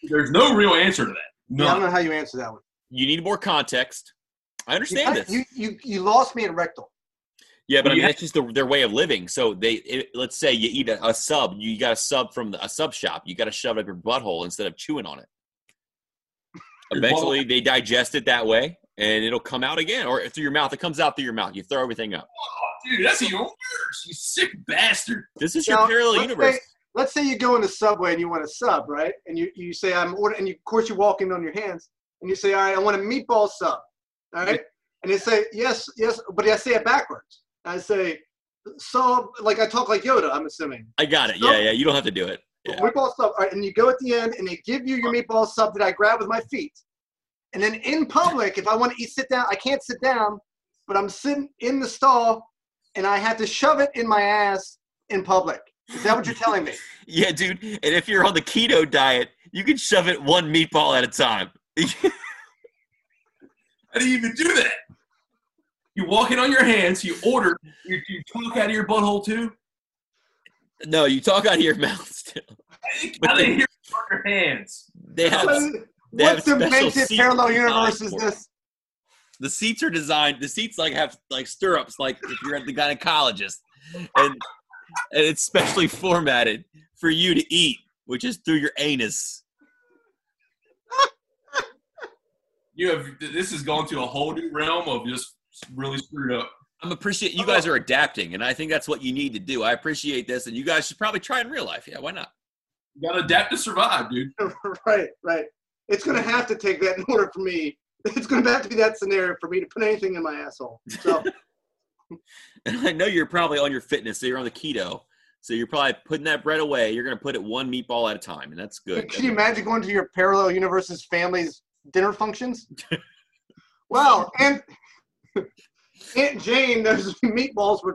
Speaker 2: There's no real answer to that.
Speaker 3: Yeah, I don't
Speaker 2: No.
Speaker 3: know how you answer that one.
Speaker 1: You need more context. I
Speaker 3: You,
Speaker 1: understand
Speaker 3: you,
Speaker 1: this.
Speaker 3: you, you lost me at rectal.
Speaker 1: Yeah, but I mean
Speaker 2: Yeah.
Speaker 1: that's just the, their way of living. So they, it, let's say you eat a, a sub, you got a sub from the, a sub shop. You got to shove it up your butthole instead of chewing on it. Eventually, they digest it that way, and it'll come out again, or through your mouth. It comes out through your mouth. You throw everything up.
Speaker 2: Oh, dude, that's even worse. You sick bastard.
Speaker 1: This is
Speaker 3: Now,
Speaker 1: your parallel
Speaker 3: let's
Speaker 1: universe.
Speaker 3: say- let's say you go in the subway and you want a sub, right? And you, you say, I'm ordering, and you, of course you walk in on your hands and you say, all right, I want a meatball sub, all right? And they say, yes, yes, but I say it backwards. I say, sub, like I talk like Yoda, I'm assuming.
Speaker 1: I got it.
Speaker 3: so-
Speaker 1: Yeah, yeah. You don't have to do it. Yeah.
Speaker 3: Meatball sub, all right, and you go at the end and they give you your meatball sub that I grab with my feet. And then in public, if I want to eat, sit down, I can't sit down, but I'm sitting in the stall and I have to shove it in my ass in public. Is that what you're telling me?
Speaker 1: Yeah, dude. And if you're on the keto diet, you can shove it one meatball at a time.
Speaker 2: How do you even do that? You walk in on your hands, you order, you, you talk out of your butthole too.
Speaker 1: no, you talk out of your mouth still.
Speaker 2: Out of here on your hands.
Speaker 1: They have
Speaker 3: What-
Speaker 1: they have
Speaker 3: what
Speaker 1: special
Speaker 3: dimension
Speaker 1: seats
Speaker 3: parallel
Speaker 1: designed
Speaker 3: universe is
Speaker 1: for it.
Speaker 3: this?
Speaker 1: the seats are designed the seats like have like stirrups like if you're at the gynecologist and and it's specially formatted for you to eat which is through your anus
Speaker 2: You have this has gone to a whole new realm of just really screwed up.
Speaker 1: i'm appreciate you guys are adapting and i think that's what you need to do i appreciate this and you guys should probably try in real life yeah why not
Speaker 2: You gotta adapt to survive, dude.
Speaker 3: right, right. It's gonna have to take that in order for me. It's gonna have to be that scenario for me to put anything in my asshole. So
Speaker 1: and i know you're probably on your fitness so you're on the keto so you're probably putting that bread away you're going to put it one meatball at a time and that's good
Speaker 3: can you imagine going to your parallel universes family's dinner functions? wow, Aunt Aunt Jane, those meatballs were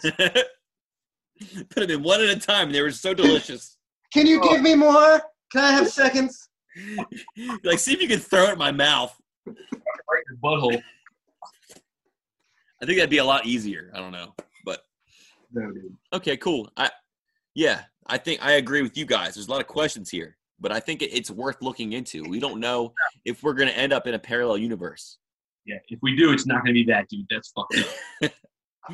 Speaker 1: put them in one at a time and they were so delicious
Speaker 3: Can you give me more? Can I have seconds?
Speaker 1: like see if you can throw it in my mouth
Speaker 2: Right in your butthole.
Speaker 1: I think that'd be a lot easier. I don't know, but
Speaker 2: No, dude.
Speaker 1: okay, cool. I yeah, I think I agree with you guys. There's a lot of questions here, but I think it, it's worth looking into. We don't know if we're going to end up in a parallel universe.
Speaker 2: Yeah, if we do, it's not gonna be that, dude. That's fucked up.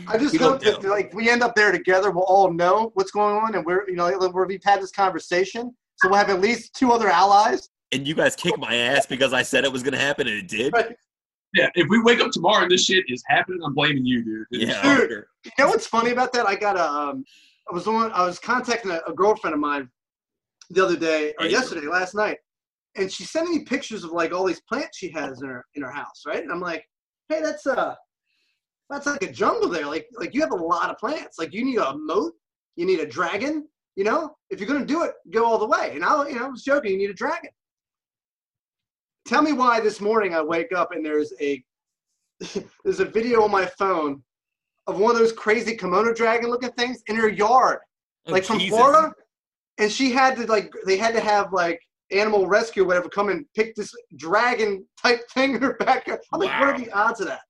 Speaker 3: I just
Speaker 1: We
Speaker 3: hope
Speaker 1: don't
Speaker 3: that
Speaker 1: know.
Speaker 3: like we end up there together. We'll all know what's going on, and we're you know like, we've had this conversation, so we'll have at least two other allies.
Speaker 1: And you guys kick my ass because I said it was going to happen, and it did.
Speaker 2: yeah, if we wake up tomorrow and this shit is happening, I'm blaming you, dude.
Speaker 1: Yeah,
Speaker 3: Dude.
Speaker 1: sure.
Speaker 3: You know what's funny about that? I got a, um, I was on, I was contacting a, a girlfriend of mine the other day or
Speaker 1: Hey.
Speaker 3: yesterday, last night, and she sent me pictures of like all these plants she has in her in her house, right? And I'm like, hey, that's uh that's like a jungle there. Like like you have a lot of plants. Like you need a moat, you need a dragon. You know, if you're gonna do it, go all the way. And I, you know, I was joking. You need a dragon. Tell me why this morning I wake up and there's a there's a video on my phone of one of those crazy kimono dragon looking things in her yard,
Speaker 1: Oh,
Speaker 3: like from
Speaker 1: Jesus.
Speaker 3: Florida. And she had to like they had to have like animal rescue or whatever come and pick this dragon type thing in her backyard. I'm like, what are
Speaker 1: Wow.
Speaker 3: the odds of that?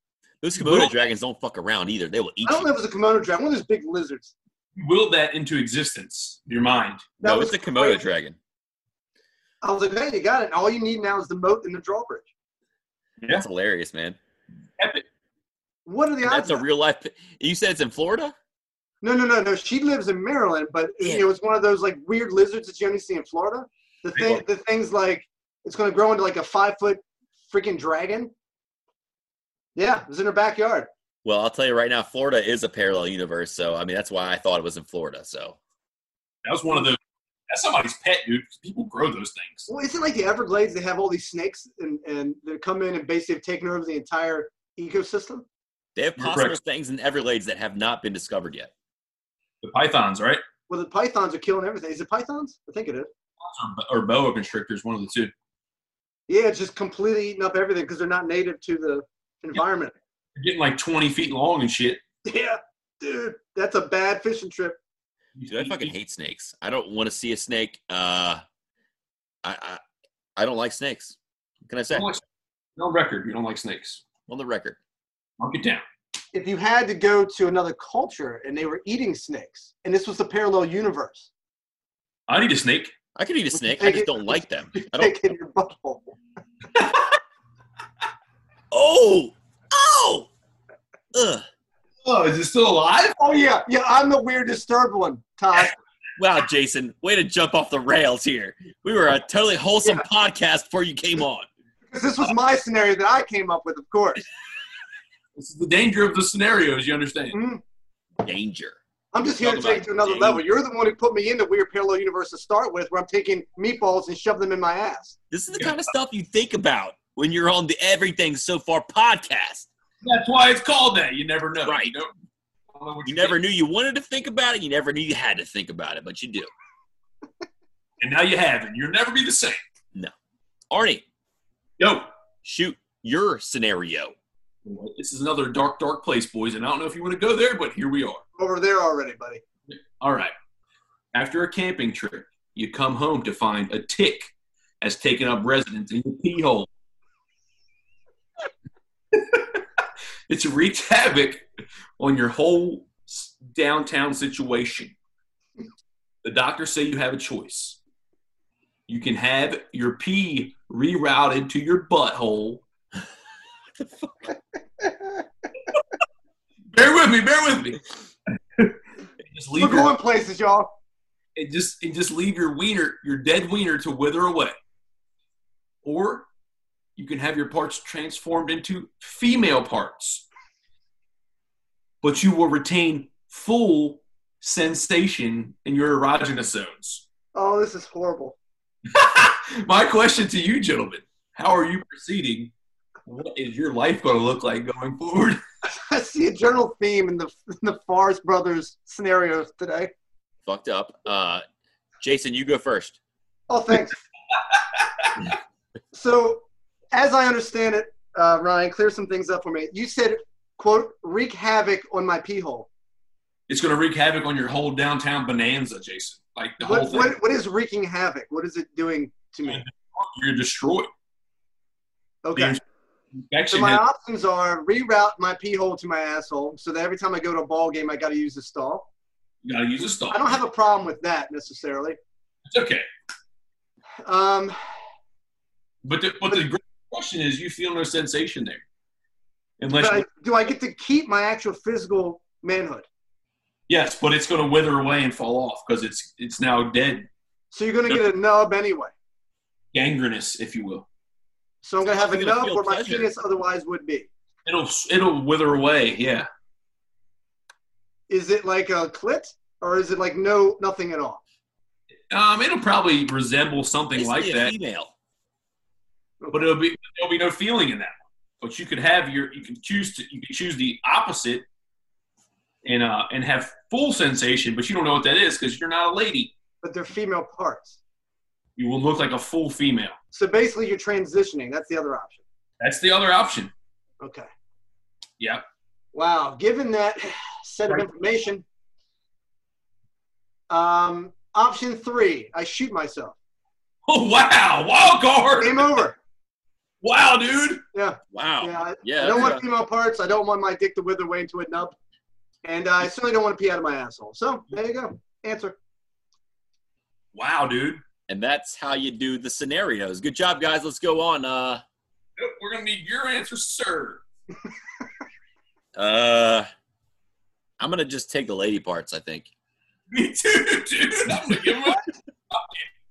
Speaker 1: Those
Speaker 2: Well-
Speaker 1: Komodo dragons don't fuck around either. They will eat
Speaker 3: I don't
Speaker 1: you.
Speaker 3: know if it was a kimono dragon, one of those big lizards.
Speaker 2: You willed that into existence, your mind.
Speaker 1: No,
Speaker 3: That
Speaker 1: it's
Speaker 3: was
Speaker 1: a Komodo
Speaker 3: crazy.
Speaker 1: dragon.
Speaker 3: I was like, man, you got it. All you need now is the moat and the drawbridge.
Speaker 2: Yeah.
Speaker 1: That's hilarious, man.
Speaker 2: Epic.
Speaker 3: What are the odds?
Speaker 1: That's a
Speaker 3: of that?
Speaker 1: real life. You said it's in Florida.
Speaker 3: no, no, no, no. She lives in Maryland, but
Speaker 1: Yeah.
Speaker 3: you know, it's one of those like weird lizards that you only see in Florida. The thing, the things like it's going to grow into like a five foot freaking dragon. Yeah, it was in her backyard.
Speaker 1: Well, I'll tell you right now, Florida is a parallel universe. So I mean, that's why I thought it was in Florida. So
Speaker 2: That was one of those. That's somebody's pet, dude. People grow those things.
Speaker 3: Well, isn't like the Everglades? They have all these snakes, and and they come in and basically have taken over the entire ecosystem.
Speaker 1: They have
Speaker 2: You're
Speaker 1: possible
Speaker 2: correct.
Speaker 1: things in Everglades that have not been discovered yet.
Speaker 2: The pythons, right?
Speaker 3: Well, the pythons are killing everything. Is it pythons? I think it is.
Speaker 2: or, or boa constrictors, one of the two.
Speaker 3: Yeah, it's just completely eating up everything because they're not native to the environment.
Speaker 2: They're getting like 20 feet long and shit.
Speaker 3: Yeah, dude, that's a bad fishing trip.
Speaker 1: Dude, I fucking hate snakes. I don't want to see a snake. Uh, I, I I don't like snakes. What can I say?
Speaker 2: You don't like- no record. You don't like snakes.
Speaker 1: On the record,
Speaker 2: Mark it down.
Speaker 3: If you had to go to another culture and they were eating snakes, and this was the parallel universe,
Speaker 2: I need a snake.
Speaker 1: I could eat a
Speaker 3: you
Speaker 1: snake. I
Speaker 3: take
Speaker 1: just
Speaker 3: it-
Speaker 1: don't like them.
Speaker 3: you
Speaker 1: I don't.
Speaker 3: take in your butthole.
Speaker 1: Oh, oh, ugh.
Speaker 2: Oh, is it still alive?
Speaker 3: Oh yeah, yeah, I'm the weird disturbed one, Todd.
Speaker 1: Wow, Jason, way to jump off the rails here. We were a totally wholesome podcast before you came on.
Speaker 3: Because this was my scenario that I came up with, of course.
Speaker 2: This is the danger of the scenarios. You understand?
Speaker 3: Mm.
Speaker 1: Danger.
Speaker 3: I'm just here to
Speaker 1: Talk
Speaker 3: take
Speaker 1: about
Speaker 3: it to another
Speaker 1: danger.
Speaker 3: level. You're the one who put me in the weird parallel universe to start with, where I'm taking meatballs and shove them in my ass.
Speaker 1: This is the kind of stuff you think about when you're on the Everything So Far podcast.
Speaker 2: That's why it's called that. You never know.
Speaker 1: Right.
Speaker 2: You, don't- I don't know what
Speaker 1: You
Speaker 2: you
Speaker 1: never
Speaker 2: think.
Speaker 1: knew you wanted to think about it. You never knew you had to think about it, but you do.
Speaker 2: And now you have it. You'll never be the same.
Speaker 1: Arnie,
Speaker 2: Yo.
Speaker 1: shoot your scenario.
Speaker 2: This is another dark, dark place, boys. And I don't know if you want to go there, but here we are.
Speaker 3: Over there already, buddy.
Speaker 2: All right. After a camping trip, you come home to find a tick has taken up residence in your pee hole. it's wreaked havoc on your whole s- downtown situation. The doctors say you have a choice. You can have your pee rerouted to your butthole. Bear with me, bear with me. Just
Speaker 3: We're
Speaker 2: leave your
Speaker 3: going places, y'all.
Speaker 2: and just and just leave your wiener, your dead wiener, to wither away. Or you can have your parts transformed into female parts, but you will retain full sensation in your erogenous zones.
Speaker 3: Oh, this is horrible.
Speaker 2: My question to you, gentlemen: How are you proceeding? What is your life going to look like going forward?
Speaker 3: I see a general theme in the in the Forrest Brothers scenarios today.
Speaker 1: Fucked up. Uh, Jason, you go first.
Speaker 3: Oh, thanks. so, as I understand it, uh, Ryan, clear some things up for me. You said, "quote wreak havoc on my pee hole."
Speaker 2: It's going to wreak havoc on your whole downtown bonanza, Jason. Like the whole
Speaker 3: What,
Speaker 2: thing,
Speaker 3: what, what is wreaking havoc? What is it doing to me?
Speaker 2: you're destroyed.
Speaker 3: Okay.
Speaker 2: The
Speaker 3: So
Speaker 2: infection
Speaker 3: my
Speaker 2: has-
Speaker 3: options are reroute my pee hole to my asshole, so that every time I go to a ball game, I got to use the stall.
Speaker 2: you got to use a stall.
Speaker 3: I don't have a problem with that necessarily.
Speaker 2: It's okay.
Speaker 3: Um,
Speaker 2: But the, but the great question is, you feel no sensation there, unless
Speaker 3: but
Speaker 2: you-
Speaker 3: I, do I get to keep my actual physical manhood?
Speaker 2: yes, but it's going to wither away and fall off because it's it's now dead,
Speaker 3: So you're going to get a nub anyway.
Speaker 2: gangrenous, if you will.
Speaker 3: So I'm going to have a
Speaker 1: You're gonna
Speaker 3: nub
Speaker 1: feel
Speaker 3: where my
Speaker 1: pleasure.
Speaker 3: penis otherwise would be.
Speaker 2: It'll it'll wither away. Yeah,
Speaker 3: Is it like a clit or is it like no, nothing at all?
Speaker 2: um, it'll probably resemble something like
Speaker 1: Basically a
Speaker 2: that,
Speaker 1: Female.
Speaker 2: but it'll be there'll be no feeling in that one. But you could have your you can choose to you can choose the opposite, and uh and have full sensation, but you don't know what that is because you're not a lady.
Speaker 3: But they're female parts.
Speaker 2: You will look like a full female.
Speaker 3: So basically, you're transitioning. That's the other option.
Speaker 2: That's the other option.
Speaker 3: Okay.
Speaker 2: Yep.
Speaker 3: Wow. Given that set of
Speaker 2: Right.
Speaker 3: information, um, option three, I shoot myself.
Speaker 2: Oh wow, wild card.
Speaker 3: Game over.
Speaker 2: Wow, dude.
Speaker 1: Wow.
Speaker 3: Yeah,
Speaker 1: Yeah.
Speaker 3: I- I don't want female parts. I don't want my dick to wither away into a nub. And I certainly don't want to pee out of my asshole. So there you go. Answer.
Speaker 2: Wow, dude.
Speaker 1: and that's how you do the scenarios. Good job, guys. Let's go on. Uh,
Speaker 2: Nope, We're gonna need your answer, sir.
Speaker 1: uh, I'm gonna just take the lady parts. I think.
Speaker 2: Me too, dude. I'm gonna give up.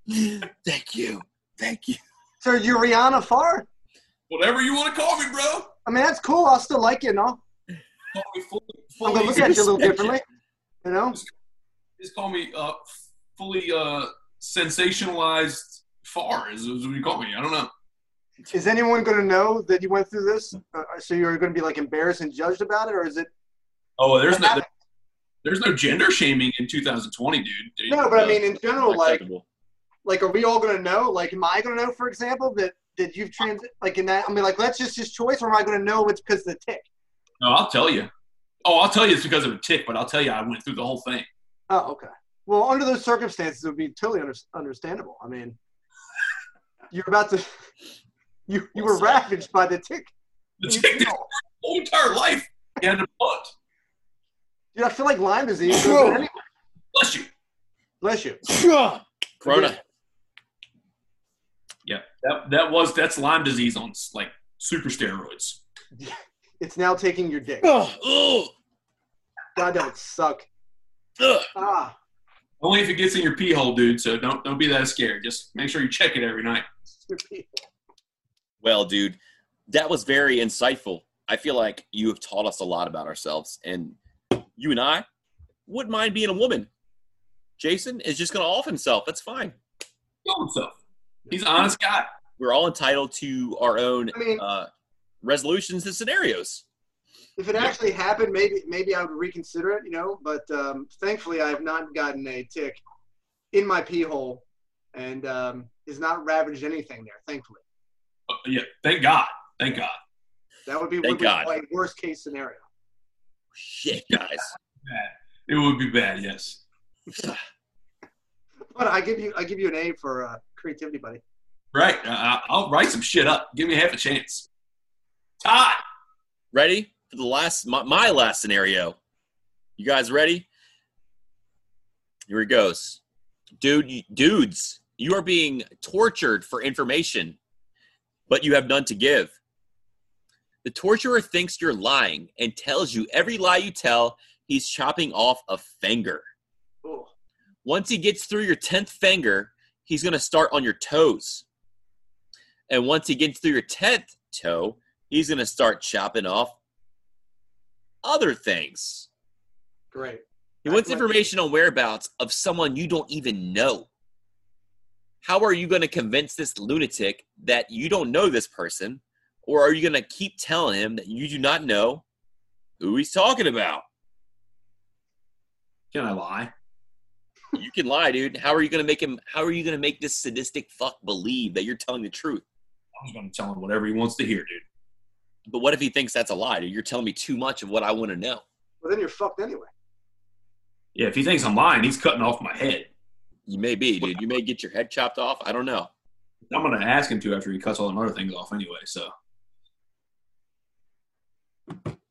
Speaker 1: Thank you. Thank you.
Speaker 3: So you're Rihanna Farr?
Speaker 2: Whatever you want to call me, bro. Call
Speaker 3: I mean, that's cool. I'll still like you and all.
Speaker 2: me fully, fully
Speaker 3: I'm going to look at you a little
Speaker 1: respect
Speaker 3: differently. You know?
Speaker 2: just call me uh, fully uh, sensationalized far is, is what you call me. I don't know.
Speaker 3: Is anyone going to know that you went through this? Uh, so you're going to be like embarrassed and judged about it? Or is it
Speaker 2: Oh, there's
Speaker 3: no-
Speaker 2: no there's no gender shaming in 2020, dude.
Speaker 3: No, but I mean, in general, like,
Speaker 1: Unacceptable.
Speaker 3: Like, are we all going to know? Like, am I going to know, for example, that that you've trans like in that? I mean, like, that's just his choice, or am I going to know it's because of the tick?
Speaker 2: No, I'll tell you. Oh, I'll tell you it's because of a tick, but I'll tell you I went through the whole thing.
Speaker 3: Oh, okay. Well, under those circumstances, it would be totally under, understandable. I mean, you're about to you you were ravaged by the tick.
Speaker 2: The tick did whole entire life. He had to punt.
Speaker 3: Dude, I feel like Lyme disease. goes with any-
Speaker 2: Bless you.
Speaker 3: Bless you.
Speaker 1: Corona.
Speaker 2: Yeah, that that was that's Lyme disease on like super steroids.
Speaker 3: It's now taking your dick.
Speaker 1: Oh, Ugh.
Speaker 3: God, that would suck.
Speaker 1: Ugh.
Speaker 3: Ah,
Speaker 2: Only if it gets in your pee hole, dude. So don't don't be that scared. Just make sure you check it every night.
Speaker 1: Well, dude, that was very insightful. I feel like you have taught us a lot about ourselves, and you and I wouldn't mind being a woman. Jason is just going to off himself. That's fine.
Speaker 2: Kill himself. He's an honest guy.
Speaker 1: We're all entitled to our own
Speaker 3: I mean,
Speaker 1: uh, resolutions and scenarios.
Speaker 3: if
Speaker 1: Uh,
Speaker 3: it actually happened, maybe maybe I would reconsider it, you know. But um, thankfully, I have not gotten a tick in my pee hole, and um, has not ravaged anything there. Thankfully,
Speaker 2: Uh, yeah, thank God. Thank God.
Speaker 3: that would be
Speaker 1: Thank
Speaker 3: would be
Speaker 1: God.
Speaker 3: my worst case scenario.
Speaker 1: Shit, guys.
Speaker 2: It would be bad. Yes.
Speaker 3: But I give you I give you an A for uh, creativity, buddy.
Speaker 2: Right. I- I- I'll write some shit up. Give me half a chance. Todd.
Speaker 1: Ready for the last, my, my last scenario? You guys ready? Here it goes. Dude, you, dudes, you are being tortured for information, but you have none to give. The torturer thinks you're lying and tells you every lie you tell, he's chopping off a finger.
Speaker 3: Oh,
Speaker 1: Once he gets through your 10th finger, he's going to start on your toes. And once he gets through your 10th toe, he's going to start chopping off other things.
Speaker 3: great.
Speaker 1: He wants
Speaker 3: Like-
Speaker 1: information on whereabouts of someone you don't even know. How are you going to convince this lunatic that you don't know this person? Or are you going to keep telling him that you do not know who he's talking about?
Speaker 2: Can I lie?
Speaker 1: you can lie, dude. How are you gonna make him? How are you gonna make this sadistic fuck believe that you're telling the truth?
Speaker 2: I'm just going to tell him whatever he wants to hear, dude.
Speaker 1: But what if he thinks that's a lie? Dude, you're telling me too much of what I want to know.
Speaker 3: Well, then you're fucked anyway.
Speaker 2: Yeah, if he thinks I'm lying, he's cutting off my head.
Speaker 1: You may be, dude. You may get your head chopped off. I don't know.
Speaker 2: I'm going to ask him to after he cuts all them other things off anyway. So,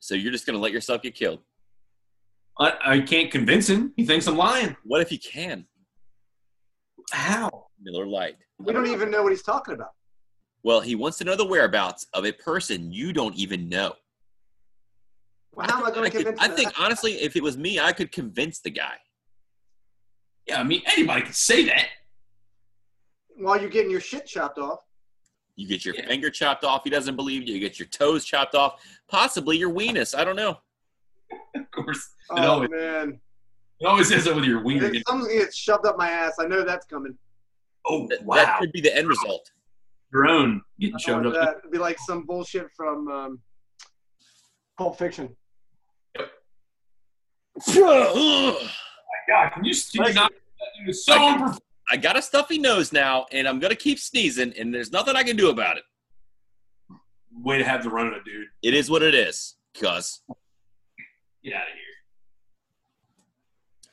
Speaker 1: So you're just gonna let yourself get killed.
Speaker 2: I, I can't convince him. He thinks I'm lying.
Speaker 1: What if you can?
Speaker 2: How?
Speaker 1: Miller Light.
Speaker 3: We don't even know what he's talking about.
Speaker 1: Well, he wants to know the whereabouts of a person you don't even know.
Speaker 3: Well, how am I going to
Speaker 1: could-
Speaker 3: convince
Speaker 1: I
Speaker 3: him? of
Speaker 1: think
Speaker 3: that?
Speaker 1: honestly, if it was me, I could convince the guy.
Speaker 2: Yeah, I mean, anybody can say that.
Speaker 3: while you're getting your shit chopped off,
Speaker 1: You get your
Speaker 2: Yeah.
Speaker 1: finger chopped off. He doesn't believe you. You get your toes chopped off. Possibly your weenus. I don't know.
Speaker 2: Of course. It
Speaker 3: oh
Speaker 2: always,
Speaker 3: man,
Speaker 2: it always ends up with your weird.
Speaker 3: if something gets shoved up my ass, I know that's coming.
Speaker 2: Oh,
Speaker 1: That, that
Speaker 2: wow.
Speaker 1: could be the end result.
Speaker 2: Your own
Speaker 3: I
Speaker 2: getting
Speaker 3: don't
Speaker 2: shoved
Speaker 3: want
Speaker 2: up.
Speaker 3: that. It'd be like some bullshit from um, Pulp Fiction.
Speaker 2: God, can you can you not? It was so
Speaker 1: Like-
Speaker 2: unprofessional.
Speaker 1: I got a stuffy nose now, and I'm gonna keep sneezing, and there's nothing I can do about it.
Speaker 2: Way to have the run of it, dude.
Speaker 1: It is what it is, cuz.
Speaker 2: Get out of here.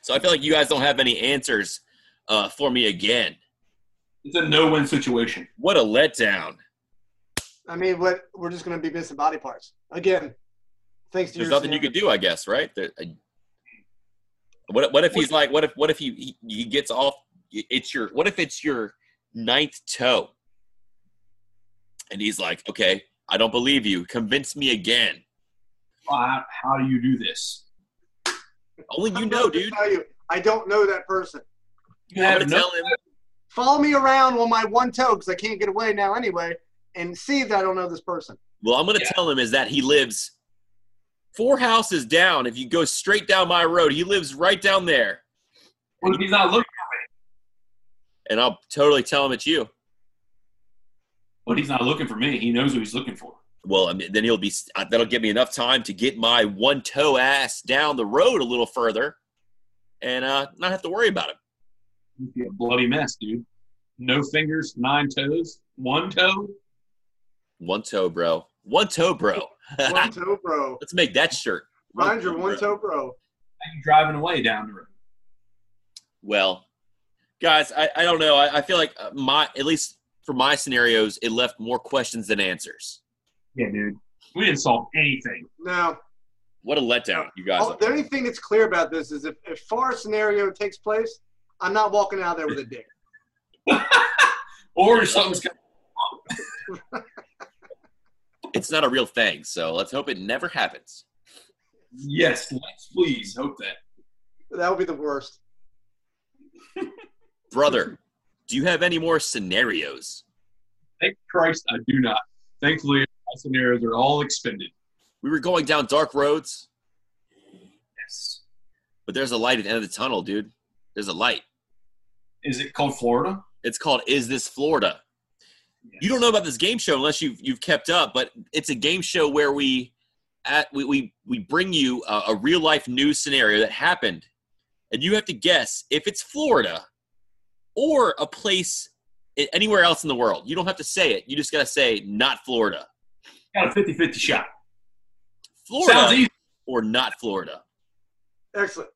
Speaker 1: So I feel like you guys don't have any answers uh, for me again.
Speaker 2: It's a no-win situation.
Speaker 1: What a letdown!
Speaker 3: I mean, what we're just going to be missing body parts again. Thanks to
Speaker 1: There's
Speaker 3: your
Speaker 1: nothing you could do, I guess, right? There, I- what what if he's like? What if what if he he he gets off? It's your what if it's your ninth toe, and he's like, okay, I don't believe you. Convince me again.
Speaker 2: Why- How do you do this?
Speaker 1: Only you
Speaker 3: I'm
Speaker 1: know,
Speaker 3: about to
Speaker 1: dude.
Speaker 3: Tell you, I don't know that person.
Speaker 2: You
Speaker 1: I'm
Speaker 2: have
Speaker 1: gonna tell
Speaker 2: no
Speaker 1: him.
Speaker 3: Follow me around on my one toe because I can't get away now anyway, and see that I don't know this person.
Speaker 1: Well, I'm going to
Speaker 2: Yeah.
Speaker 1: tell him is that he lives four houses down. If you go straight down my road, he lives right down there.
Speaker 2: Well, if he's not looking,
Speaker 1: And I'll totally tell him it's you.
Speaker 2: but he's not looking for me. He knows what he's looking for.
Speaker 1: Well, I mean, then he'll be uh, that'll give me enough time to get my one toe ass down the road a little further, and uh, not have to worry about him.
Speaker 2: He'd be a bloody mess, dude. no fingers, nine toes, one toe.
Speaker 1: One toe, bro. One toe, bro.
Speaker 3: One toe, bro.
Speaker 1: Let's make that shirt.
Speaker 3: Mind your one toe, bro.
Speaker 2: How you driving away down the road?
Speaker 1: Well, guys, I, I don't know. I, I feel like uh, my at least for my scenarios, it left more questions than answers.
Speaker 2: Yeah, dude. We didn't solve anything.
Speaker 3: Now,
Speaker 1: What a letdown, you guys.
Speaker 3: all, the only thing that's clear about this is if a far scenario takes place, I'm not walking out there with a dick.
Speaker 2: Or something's coming.
Speaker 1: It's not a real thing, so let's hope it never happens.
Speaker 2: Yes, let's please hope that.
Speaker 3: That would be the worst.
Speaker 1: Brother, do you have any more scenarios?
Speaker 2: Thank Christ, I do not. Thankfully, my scenarios are all expended.
Speaker 1: We were going down dark roads,
Speaker 2: Yes.
Speaker 1: but there's a light at the end of the tunnel, dude. There's a light.
Speaker 2: Is it called Florida?
Speaker 1: It's called Is This Florida? You don't know about this game show unless you've you've kept up, but it's a game show where we at we we, we bring you a, a real life news scenario that happened, and you have to guess if it's Florida or a place i- anywhere else in the world. You don't have to say it. You just gotta say not Florida,
Speaker 2: Got a 50 50 shot. Sounds
Speaker 1: Florida
Speaker 2: easy.
Speaker 1: or not Florida.
Speaker 3: Excellent.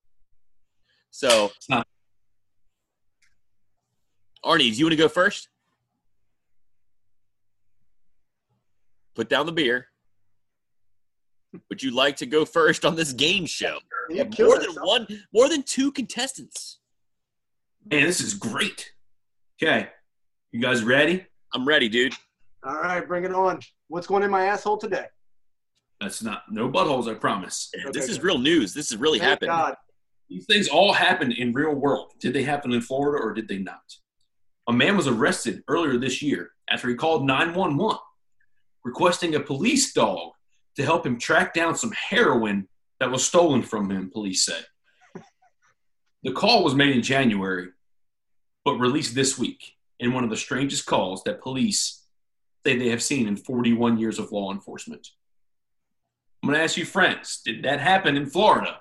Speaker 1: So,
Speaker 2: not-
Speaker 1: Arnie, do you want to go first? Put down the beer. Would you like to go first on this game show?
Speaker 3: And
Speaker 1: We
Speaker 3: you
Speaker 1: have
Speaker 3: killed
Speaker 1: More
Speaker 3: it.
Speaker 1: than one, more than two contestants.
Speaker 2: Man, this is great. Okay. You guys ready?
Speaker 1: I'm ready, dude.
Speaker 3: All right, bring it on. What's going in my asshole today?
Speaker 2: That's not, no buttholes, I promise.
Speaker 1: this
Speaker 3: Okay,
Speaker 1: is
Speaker 3: good.
Speaker 1: real news. This has really
Speaker 3: Thank
Speaker 1: happened.
Speaker 3: God.
Speaker 2: These things all happened in real world. Did they happen in Florida or did they not? A man was arrested earlier this year after he called 911 requesting a police dog to help him track down some heroin that was stolen from him, police say. The call was made in January, but released this week in one of the strangest calls that police say they have seen in 41 years of law enforcement. I'm going to ask you, friends, did that happen in Florida?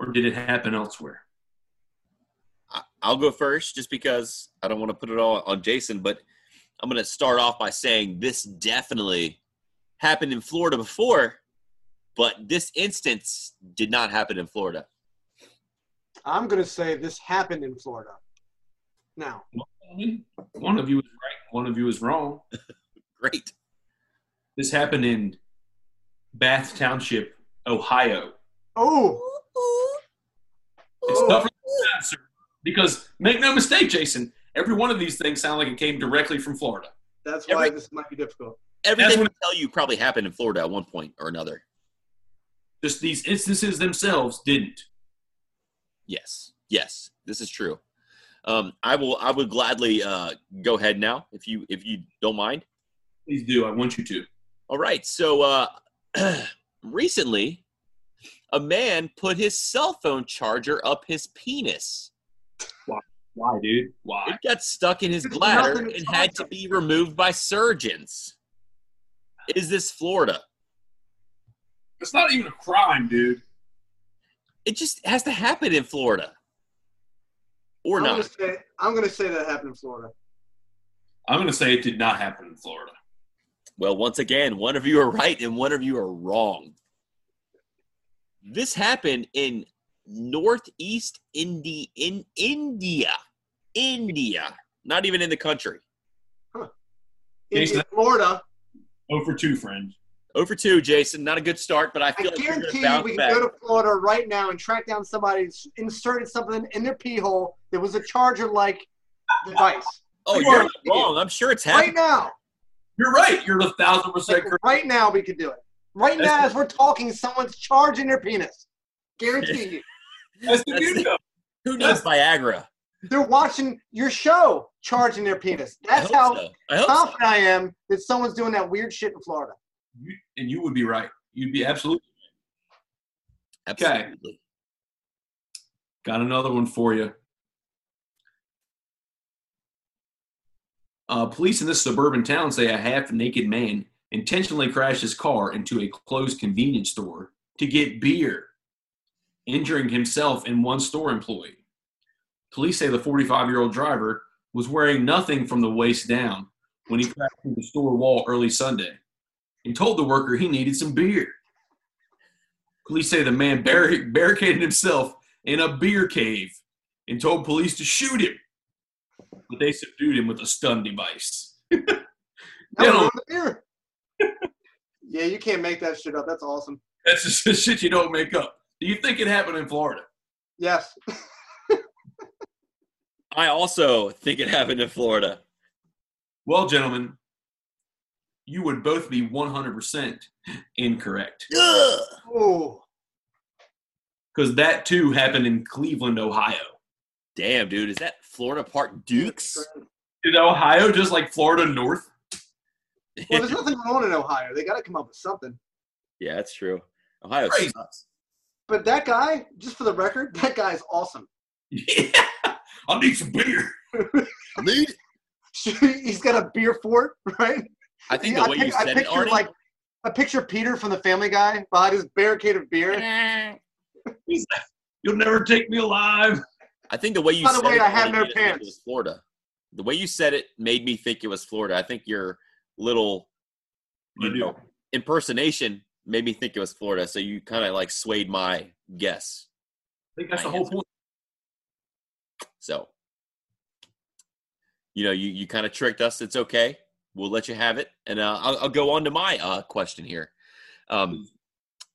Speaker 2: or did it happen elsewhere?
Speaker 1: I- I'll go first just because I don't want to put it all on Jason, but I'm going to start off by saying this definitely happened in Florida before, but this instance did not happen in Florida.
Speaker 3: I'm going to say this happened in Florida. Now,
Speaker 2: One of you is right, one of you is wrong.
Speaker 1: Great.
Speaker 2: This happened in Bath Township, Ohio.
Speaker 3: oh,
Speaker 2: It's
Speaker 3: Oh.
Speaker 2: tougher than that, sir, because make no mistake, Jason, every one of these things sound like it came directly from Florida.
Speaker 3: that's
Speaker 1: Every-
Speaker 3: why this might be difficult.
Speaker 1: Everything
Speaker 2: what-
Speaker 1: I tell you probably happened in Florida at one point or another.
Speaker 2: Just these instances themselves didn't.
Speaker 1: Yes. Yes. This is true. Um, I will. I would gladly uh, go ahead now if you if you don't mind.
Speaker 2: Please do. I want you to.
Speaker 1: All right. So uh, recently, a man put his cell phone charger up his penis.
Speaker 2: Why, dude? Why?
Speaker 1: It got stuck in his
Speaker 3: There's
Speaker 1: bladder
Speaker 3: nothing to
Speaker 1: and
Speaker 3: charge
Speaker 1: had to
Speaker 3: up
Speaker 1: be removed by surgeons. Is this Florida?
Speaker 2: It's not even a crime, dude.
Speaker 1: It just has to happen in Florida. Or
Speaker 3: I'm
Speaker 1: not.
Speaker 3: Gonna say, I'm going to say that happened in Florida.
Speaker 2: I'm going to say it did not happen in Florida.
Speaker 1: Well, once again, one of you are right and one of you are wrong. This happened in Northeast Indi- in India. India. Not even in the country.
Speaker 3: In,
Speaker 2: Jason-
Speaker 3: in Florida,
Speaker 2: Oh, for two, friend.
Speaker 1: Over two, Jason. Not a good start, but I
Speaker 3: I
Speaker 1: feel like we're going
Speaker 3: guarantee
Speaker 1: to
Speaker 3: you
Speaker 1: bounce
Speaker 3: we can
Speaker 1: back.
Speaker 3: go to Florida right now and track down somebody who's inserted something in their pee hole that was a charger like device.
Speaker 1: oh,
Speaker 2: You are
Speaker 1: you're not wrong. I'm sure it's happening.
Speaker 3: Right now.
Speaker 2: You're right. You're a thousand percent
Speaker 3: Like,
Speaker 2: correct.
Speaker 3: right now we could do it. Right
Speaker 2: That's
Speaker 3: now,
Speaker 2: it.
Speaker 3: as we're talking, someone's charging their penis. Guarantee you.
Speaker 2: That's the
Speaker 1: That's
Speaker 2: beauty
Speaker 1: it.
Speaker 2: of it.
Speaker 1: Who needs Viagra?
Speaker 3: They're watching your show charging their penis.
Speaker 1: I
Speaker 3: That's
Speaker 1: hope
Speaker 3: how
Speaker 1: so. I hope so.
Speaker 3: confident I am that someone's doing that weird shit in Florida.
Speaker 2: You- and you would be right. You'd be absolutely.
Speaker 1: Absolutely.
Speaker 2: Got another one for you. Uh, police in this suburban town say a half naked man intentionally crashed his car into a closed convenience store to get beer, injuring himself and one store employee. Police say the 45 year old driver was wearing nothing from the waist down when he crashed through the store wall early Sunday and told the worker he needed some beer. Police say the man barri- barricaded himself in a beer cave and told police to shoot him, but they subdued him with a stun device.
Speaker 3: That was
Speaker 2: Yeah.
Speaker 3: on the beer. yeah, you can't make that shit up. That's awesome.
Speaker 2: That's just the shit you don't make up. Do you think it happened in Florida?
Speaker 3: Yes.
Speaker 1: I also think it happened in Florida.
Speaker 2: Well, gentlemen, you would both be 100% incorrect
Speaker 1: Ugh.
Speaker 3: Oh,
Speaker 2: because that too happened in Cleveland, Ohio.
Speaker 1: Damn, dude, is that Florida Park Dukes?
Speaker 2: Is Ohio just like Florida North?
Speaker 3: Well, there's nothing wrong in Ohio. They got to come up with something.
Speaker 1: yeah, that's true. Ohio
Speaker 2: Crazy.
Speaker 1: sucks.
Speaker 3: But that guy, just for the record, that guy is awesome.
Speaker 2: Yeah. I need some beer.
Speaker 3: He's got a beer fort, right?
Speaker 1: I think
Speaker 3: Yeah,
Speaker 1: the way you
Speaker 3: pic-
Speaker 1: said it,
Speaker 3: picture,
Speaker 1: Artie.
Speaker 3: Like, I picture Peter from The Family Guy behind his barricade of beer.
Speaker 2: You'll never take me alive.
Speaker 1: I think the way you
Speaker 3: By the
Speaker 1: said
Speaker 3: way,
Speaker 1: it,
Speaker 3: I have
Speaker 1: made
Speaker 3: no
Speaker 1: me think it
Speaker 3: pants.
Speaker 1: was Florida. The way you said it made me think it was Florida. I think your little
Speaker 2: I do.
Speaker 1: know, impersonation made me think it was Florida. So you kind of like swayed my guess.
Speaker 2: I think that's the whole point.
Speaker 1: So, you know, you, you kind of tricked us. It's okay. We'll let you have it. And uh, I'll, I'll go on to my uh, question here. Um,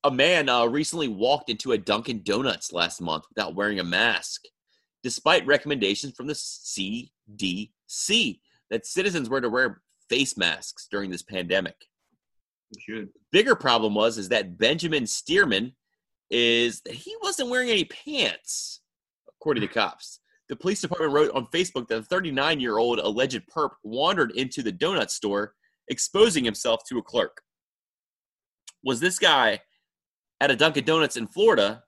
Speaker 1: a man uh, recently walked into a Dunkin' Donuts last month without wearing a mask, despite recommendations from the CDC that citizens were to wear face masks during this pandemic bigger problem was is that Benjamin Stearman is that he wasn't wearing any pants, according to cops. The police department wrote on Facebook that a 39 year old alleged perp wandered into the donut store, exposing himself to a clerk. Was this guy at a Dunkin' Donuts in Florida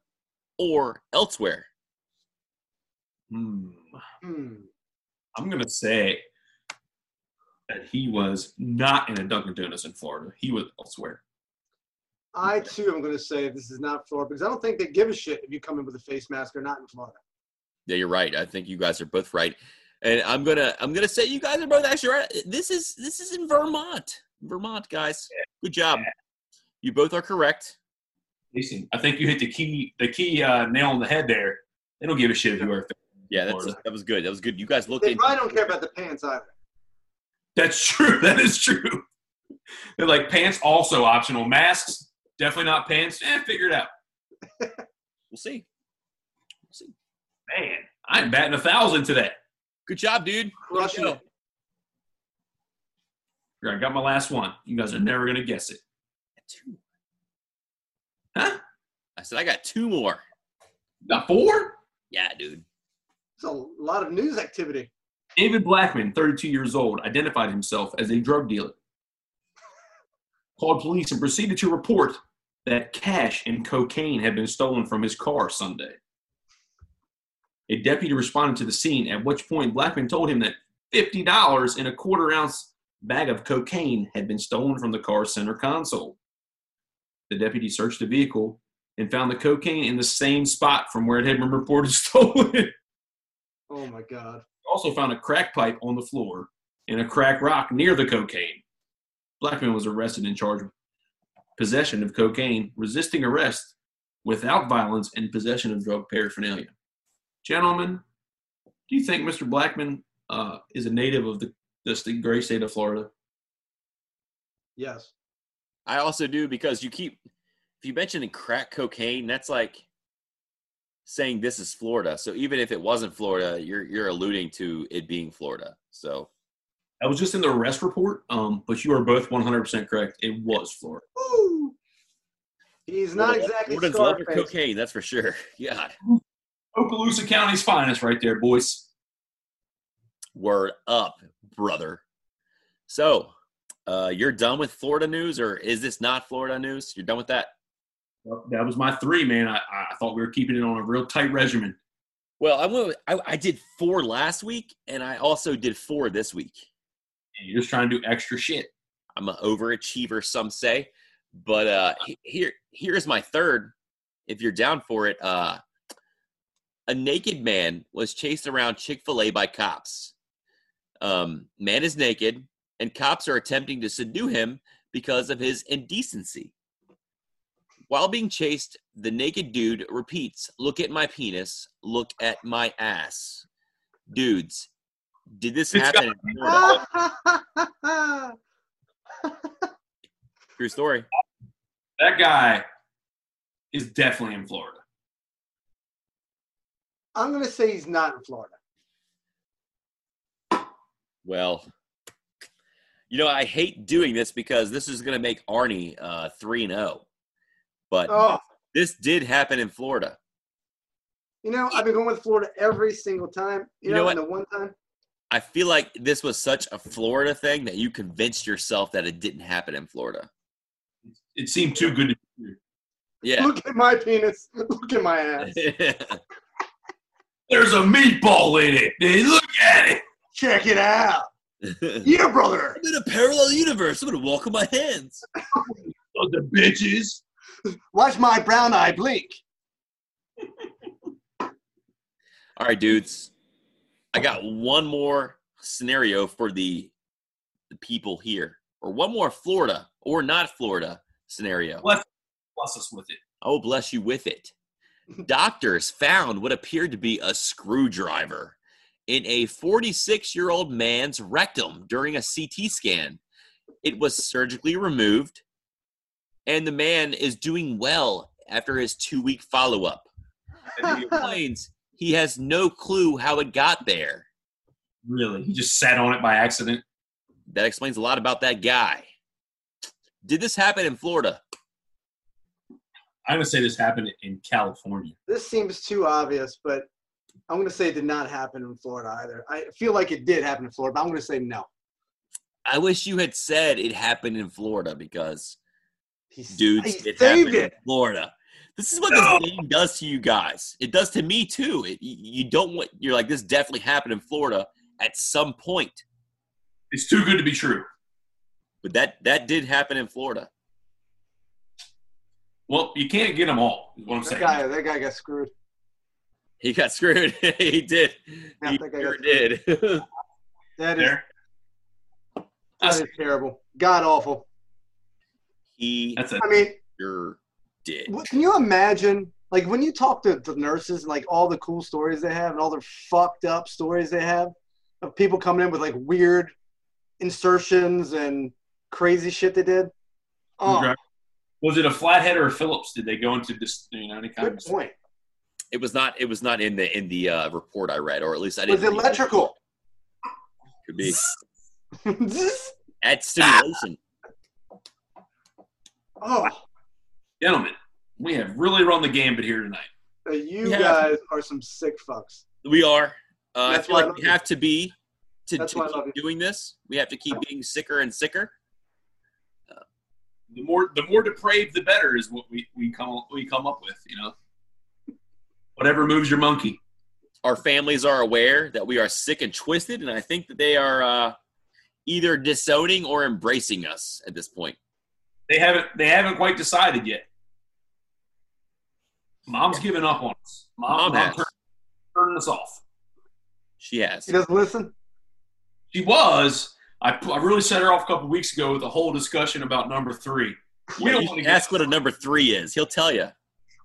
Speaker 1: or elsewhere?
Speaker 2: Hmm.
Speaker 3: Hmm.
Speaker 2: I'm going to say that he was not in a Dunkin' Donuts in Florida. He was elsewhere.
Speaker 3: I too am going to say this is not Florida because I don't think they give a shit if you come in with a face mask or not in Florida.
Speaker 1: Yeah, you're right. I think you guys are both right, and I'm gonna I'm gonna say you guys are both actually right. This is this is in Vermont, Vermont guys. Good job. You both are correct.
Speaker 2: Jason, I think you hit the key the key uh, nail on the head there. They don't give a shit if you wear a face.
Speaker 1: Yeah, that's
Speaker 2: Florida.
Speaker 1: that was good. That was good. You guys looked
Speaker 3: They
Speaker 1: in.
Speaker 3: probably don't care about the pants either.
Speaker 2: That's true. That is true. They're like pants also optional. Masks definitely not pants. Eh, figure it out.
Speaker 1: We'll see.
Speaker 2: Man, I'm batting a thousand today.
Speaker 1: Good job, dude.
Speaker 3: Crushing it.
Speaker 2: Here, I got my last one. You guys are never gonna guess it.
Speaker 1: Two.
Speaker 2: Huh?
Speaker 1: I said I got two more.
Speaker 2: Got four?
Speaker 1: Yeah, dude.
Speaker 3: It's a lot of news activity.
Speaker 2: David Blackman, 32 years old, identified himself as a drug dealer. Called police and proceeded to report that cash and cocaine had been stolen from his car Sunday. A deputy responded to the scene, at which point Blackman told him that $50 in a quarter ounce bag of cocaine had been stolen from the car's center console. The deputy searched the vehicle and found the cocaine in the same spot from where it had been reported stolen.
Speaker 3: Oh my God.
Speaker 2: also found a crack pipe on the floor and a crack rock near the cocaine. Blackman was arrested and charged with possession of cocaine, resisting arrest without violence, and possession of drug paraphernalia. Gentlemen, do you think Mr. Blackman uh, is a native of the, this, the great state of Florida?
Speaker 3: Yes.
Speaker 1: I also do because you keep if you mention crack cocaine, that's like saying this is Florida. So even if it wasn't Florida, you're you're alluding to it being Florida. So
Speaker 2: I was just in the arrest report, um, but you are both 100% correct. It was Florida.
Speaker 3: Woo! He's not exactly
Speaker 1: Florida's love for
Speaker 3: Scarface.
Speaker 1: cocaine, that's for sure. Yeah.
Speaker 2: Okaloosa County's finest right there, boys.
Speaker 1: Word up, brother. So, uh, you're done with Florida news, or is this not Florida news? You're done with that?
Speaker 2: Well, that was my three, man. I, I thought we were keeping it on a real tight regimen.
Speaker 1: Well, I went. With, I, I did four last week, and I also did four this week.
Speaker 2: and you're just trying to do extra shit.
Speaker 1: I'm an overachiever, some say. But uh, he- here, here's my third. If you're down for it, uh, a naked man was chased around Chick Fil A by cops. Um, man is naked, and cops are attempting to subdue him because of his indecency. While being chased, the naked dude repeats, Look at my penis, look at my ass. Dudes, did this
Speaker 2: It's
Speaker 1: happen? in Florida? True story.
Speaker 2: That guy is definitely in Florida.
Speaker 3: I'm going to say he's not in Florida.
Speaker 1: Well, you know, I hate doing this because this is going to make Arnie uh, 3 and 0. But
Speaker 3: Oh,
Speaker 1: this did happen in Florida.
Speaker 3: you know, I've been going with Florida every single time.
Speaker 1: You
Speaker 3: You,
Speaker 1: know
Speaker 3: know,
Speaker 1: what?
Speaker 3: and the one time.
Speaker 1: I feel like this was such a Florida thing that you convinced yourself that it didn't happen in Florida.
Speaker 2: It seemed too good to be true.
Speaker 1: Yeah.
Speaker 3: Look at my penis. Look at my ass.
Speaker 2: There's a meatball in it. Hey, Look at it.
Speaker 3: Check it out.
Speaker 1: I'm
Speaker 3: Yeah, brother.
Speaker 1: in a parallel universe. I'm going to walk on my hands.
Speaker 2: Oh, the bitches.
Speaker 3: Watch my brown eye blink.
Speaker 1: All right, dudes. I got one more scenario for the, the people here, or one more Florida or not Florida scenario.
Speaker 2: Bless us with it.
Speaker 1: Oh, bless you with it. Doctors found what appeared to be a screwdriver in a 46 year old man's rectum during a CT scan. It was surgically removed, and the man is doing well after his two week follow up. He explains he has no clue how it got there.
Speaker 2: Really? He just sat on it by accident.
Speaker 1: That explains a lot about that guy. Did this happen in Florida?
Speaker 2: I'm going to say this happened in California.
Speaker 3: This seems too obvious, but I'm going to say it did not happen in Florida either. I feel like it did happen in Florida, but I'm going to say no.
Speaker 1: I wish you had said it happened in Florida because
Speaker 3: He, s-
Speaker 1: dudes.
Speaker 3: he
Speaker 1: It
Speaker 3: saved
Speaker 1: happened in
Speaker 3: it.
Speaker 1: Florida. This is what
Speaker 2: No.
Speaker 1: this game does to you guys. It does to me too. It, you you don't want. You're like this. Definitely happened in Florida at some point,
Speaker 2: It's too good to be true.
Speaker 1: but that that did happen in Florida.
Speaker 2: Well, you can't get them all, is what I'm
Speaker 3: That
Speaker 2: saying.
Speaker 3: guy, that guy got screwed.
Speaker 1: He got screwed. he did.
Speaker 3: Yeah,
Speaker 1: he
Speaker 3: that guy
Speaker 1: sure
Speaker 3: got
Speaker 1: did.
Speaker 3: That is,
Speaker 2: there.
Speaker 3: that is terrible. God awful.
Speaker 1: he
Speaker 2: That's it.
Speaker 3: I mean,
Speaker 1: sure did.
Speaker 3: Well, Can you imagine, like, when you talk to the nurses and like all the cool stories they have and all their fucked up stories they have of people coming in with like weird insertions and crazy shit they did? Oh,
Speaker 2: Was it a flathead or a Phillips? Did they go into this, you know, any kind
Speaker 3: good
Speaker 2: of
Speaker 3: point.
Speaker 1: It was not. It was not in the in the uh, report I read, or at least I didn't.
Speaker 3: Was it
Speaker 1: read
Speaker 3: electrical?
Speaker 1: Could be
Speaker 3: oh,
Speaker 1: at stimulation.
Speaker 3: oh.
Speaker 2: gentlemen? We have really run the gambit here tonight.
Speaker 3: uh, you
Speaker 1: Yeah.
Speaker 3: guys are some sick fucks.
Speaker 1: We are. Uh, I
Speaker 3: That's
Speaker 1: feel
Speaker 3: why I
Speaker 1: like
Speaker 3: love
Speaker 1: we
Speaker 3: you.
Speaker 1: have to be to, to
Speaker 3: That's why I love
Speaker 1: keep doing this. We have to keep being sicker and sicker.
Speaker 2: The more the more depraved, the better is what we, we come we come up with. You know, whatever moves your monkey.
Speaker 1: Our families are aware that we are sick and twisted, and I think that they are uh, either disowning or embracing us at this point.
Speaker 2: They haven't they haven't quite decided yet. Mom's giving up on us.
Speaker 1: Mom
Speaker 2: Mom,
Speaker 1: has.
Speaker 2: turn- turning us off.
Speaker 1: She has.
Speaker 3: He doesn't listen?
Speaker 2: She was. I, pu- I really set her off a couple weeks ago with a whole discussion about number three.
Speaker 1: Yeah,
Speaker 2: We don't
Speaker 1: you
Speaker 2: want to
Speaker 1: should
Speaker 2: get
Speaker 1: ask what a number three is. He'll tell you.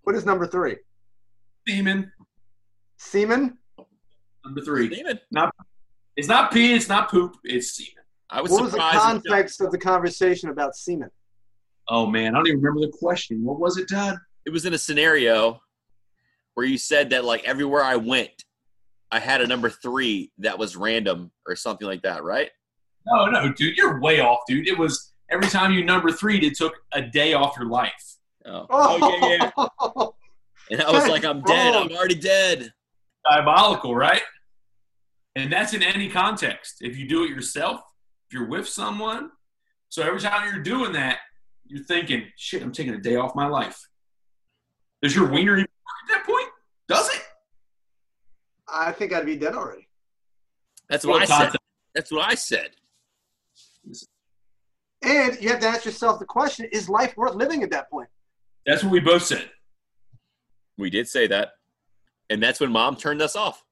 Speaker 3: What is number three?
Speaker 2: semen.
Speaker 3: Semen?
Speaker 2: Number three.
Speaker 1: David,
Speaker 2: It's not pee. It's not poop. It's semen.
Speaker 1: I was
Speaker 3: What was the
Speaker 1: surprised. if-
Speaker 3: context of the conversation about semen?
Speaker 2: Oh man, I don't even remember the question. What was it, Dad?
Speaker 1: it was in a scenario where you said that like everywhere I went, I had a number three that was random or something like that, right?
Speaker 2: No, no, dude, you're way off, dude. It was every time you number three, it took a day off your life.
Speaker 1: Oh.
Speaker 3: Oh,
Speaker 1: Oh, yeah, yeah. And I was
Speaker 3: Good
Speaker 1: like, I'm dead.
Speaker 2: Oh.
Speaker 3: Lord.
Speaker 1: I'm already dead.
Speaker 2: Diabolical, right? And that's in any context. If you do it yourself, if you're with someone, so every time you're doing that, you're thinking, "Shit, I'm taking a day off my life." Does your wiener even work at that point? Does it?
Speaker 3: I think I'd be dead already.
Speaker 1: That's what I
Speaker 2: Well,
Speaker 1: said.
Speaker 2: context.
Speaker 1: That's what I said.
Speaker 3: And you have to ask yourself the question is life worth living at that point?
Speaker 2: That's what we both said.
Speaker 1: We did say that. And that's when mom turned us off.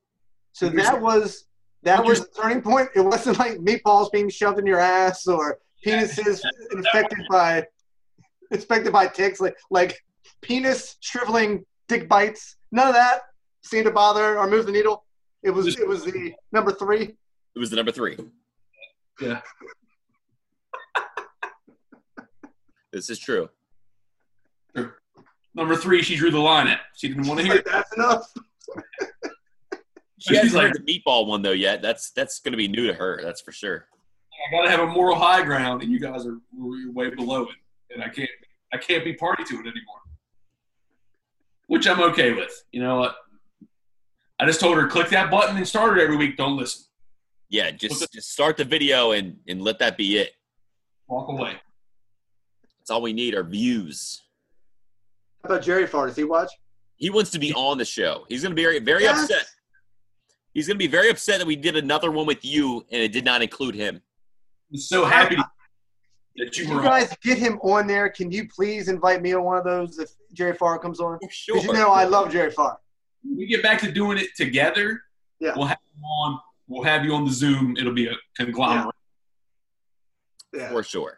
Speaker 3: So that was That was the turning point. It wasn't like meatballs being shoved in your ass or penises infected by infected by ticks, like like penis shriveling dick bites. None of that seemed to bother or move the needle. It was it was the number three.
Speaker 1: It was the number three.
Speaker 2: Yeah.
Speaker 1: This is true.
Speaker 2: Number three, she drew the line at. She didn't want to hear
Speaker 3: Like,
Speaker 2: it.
Speaker 3: that's enough.
Speaker 1: She
Speaker 2: She's
Speaker 1: hasn't
Speaker 2: like,
Speaker 1: heard the meatball one though yet. That's that's going to be new to her. That's for sure.
Speaker 2: I gotta have a moral high ground, and you guys are you're way below it, and I can't I can't be party to it anymore. Which I'm okay with. You know what? I just told her click that button and start it every week. Don't listen.
Speaker 1: Yeah,
Speaker 2: Well,
Speaker 1: just just start the video and and let that be it.
Speaker 2: Walk away.
Speaker 1: That's all we need are views.
Speaker 3: How about Jerry Fart? Does he watch?
Speaker 1: He wants to be on the show. He's going to be very very
Speaker 3: Yes.
Speaker 1: upset. He's going to be very upset that we did another one with you and it did not include him.
Speaker 2: I'm so happy that you
Speaker 3: If
Speaker 2: were
Speaker 3: you
Speaker 2: on.
Speaker 3: guys get him on there, can you please invite me on one of those if Jerry Farr comes on?
Speaker 1: For sure.
Speaker 3: Because you know I love Jerry Farr.
Speaker 2: When we get back to doing it together.
Speaker 3: Yeah.
Speaker 2: We'll have you on. We'll have you on the Zoom. It'll be a conglomerate
Speaker 3: Yeah.
Speaker 1: For sure.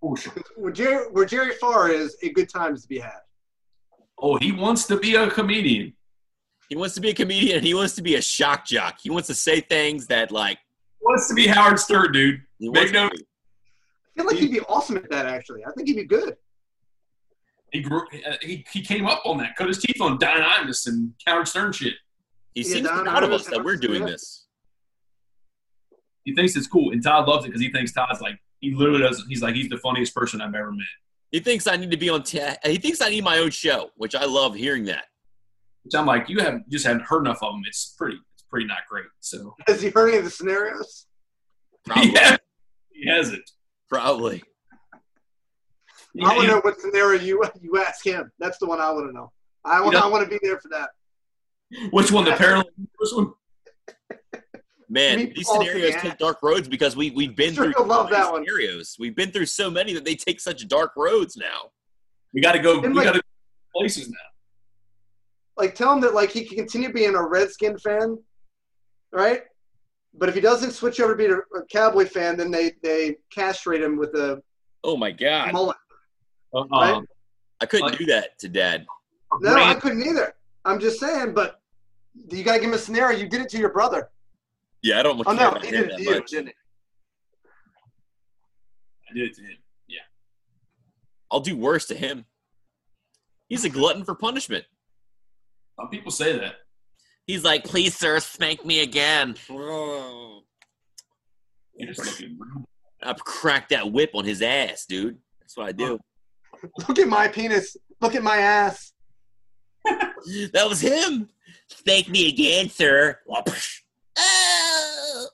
Speaker 2: for sure.
Speaker 3: Where Jerry, where Jerry Farr is, a good time is to be had.
Speaker 2: Oh, he wants to be a comedian.
Speaker 1: He wants to be a comedian and he wants to be a shock jock. He wants to say things that like
Speaker 2: Wants to be Howard Stern, dude.
Speaker 1: he wants
Speaker 2: Big
Speaker 1: to
Speaker 2: note.
Speaker 1: be.
Speaker 3: I feel like he'd be awesome at that, actually. I think he'd be good.
Speaker 2: He grew. uh, He, he came up on that. Cut his teeth on Don Imus and Howard Stern shit.
Speaker 1: He
Speaker 3: Yeah,
Speaker 1: seems
Speaker 3: Don
Speaker 1: proud of
Speaker 3: Imus
Speaker 1: us that we're
Speaker 3: wants to
Speaker 1: doing
Speaker 3: do it.
Speaker 1: this.
Speaker 2: He thinks it's cool, and Todd loves it because he thinks Todd's like he literally doesn't. He's like he's the funniest person I've ever met.
Speaker 1: He thinks I need to be on. ta he thinks I need my own show, which I love hearing that.
Speaker 2: Which I'm like, you haven't just haven't heard enough of him. It's pretty. It's pretty not great. So
Speaker 3: Has he heard any of the scenarios?
Speaker 1: Probably,
Speaker 2: Yeah, he hasn't.
Speaker 1: probably.
Speaker 3: I want to know what scenario you you ask him. That's the one I want to know. I want
Speaker 2: You know-
Speaker 3: I want to be there for that.
Speaker 2: Which one? The parallel universe one?
Speaker 1: Man,
Speaker 3: Meatballs
Speaker 1: these
Speaker 3: in the
Speaker 1: scenarios
Speaker 3: ass.
Speaker 1: take dark roads because we we've been
Speaker 3: Sure,
Speaker 1: through
Speaker 3: you'll
Speaker 1: so
Speaker 3: love
Speaker 1: many
Speaker 3: that one.
Speaker 1: scenarios. We've been through so many that they take such dark roads now.
Speaker 2: We got to go.
Speaker 3: And
Speaker 2: we
Speaker 3: like-
Speaker 2: got to places now.
Speaker 3: Like tell him that like he can continue being a Redskin fan, right? But if he doesn't switch over to be a, a Cowboy fan, then they they castrate him with a
Speaker 1: Oh my god,
Speaker 3: mullet.
Speaker 2: Uh,
Speaker 3: Right?
Speaker 2: um,
Speaker 1: I couldn't
Speaker 2: Like-
Speaker 1: do that to Dad.
Speaker 3: No, I
Speaker 2: Grant-
Speaker 3: couldn't either. I'm just saying, but you gotta give him a scenario. You did it to your brother.
Speaker 1: Yeah, I don't want
Speaker 3: Oh
Speaker 1: to care
Speaker 3: no,
Speaker 1: about
Speaker 3: he
Speaker 1: him
Speaker 3: did it
Speaker 1: that
Speaker 3: to you,
Speaker 1: much.
Speaker 3: didn't he?
Speaker 2: I did it to him.
Speaker 1: I'll do worse to him. He's a glutton for punishment.
Speaker 2: Some people say that.
Speaker 1: He's like, please, sir, spank me again.
Speaker 2: You just looking real-
Speaker 1: I cracked that whip on his ass, dude. That's what I do.
Speaker 3: Look at my penis. Look at my ass.
Speaker 1: That was him. Spank me again, sir. Ah,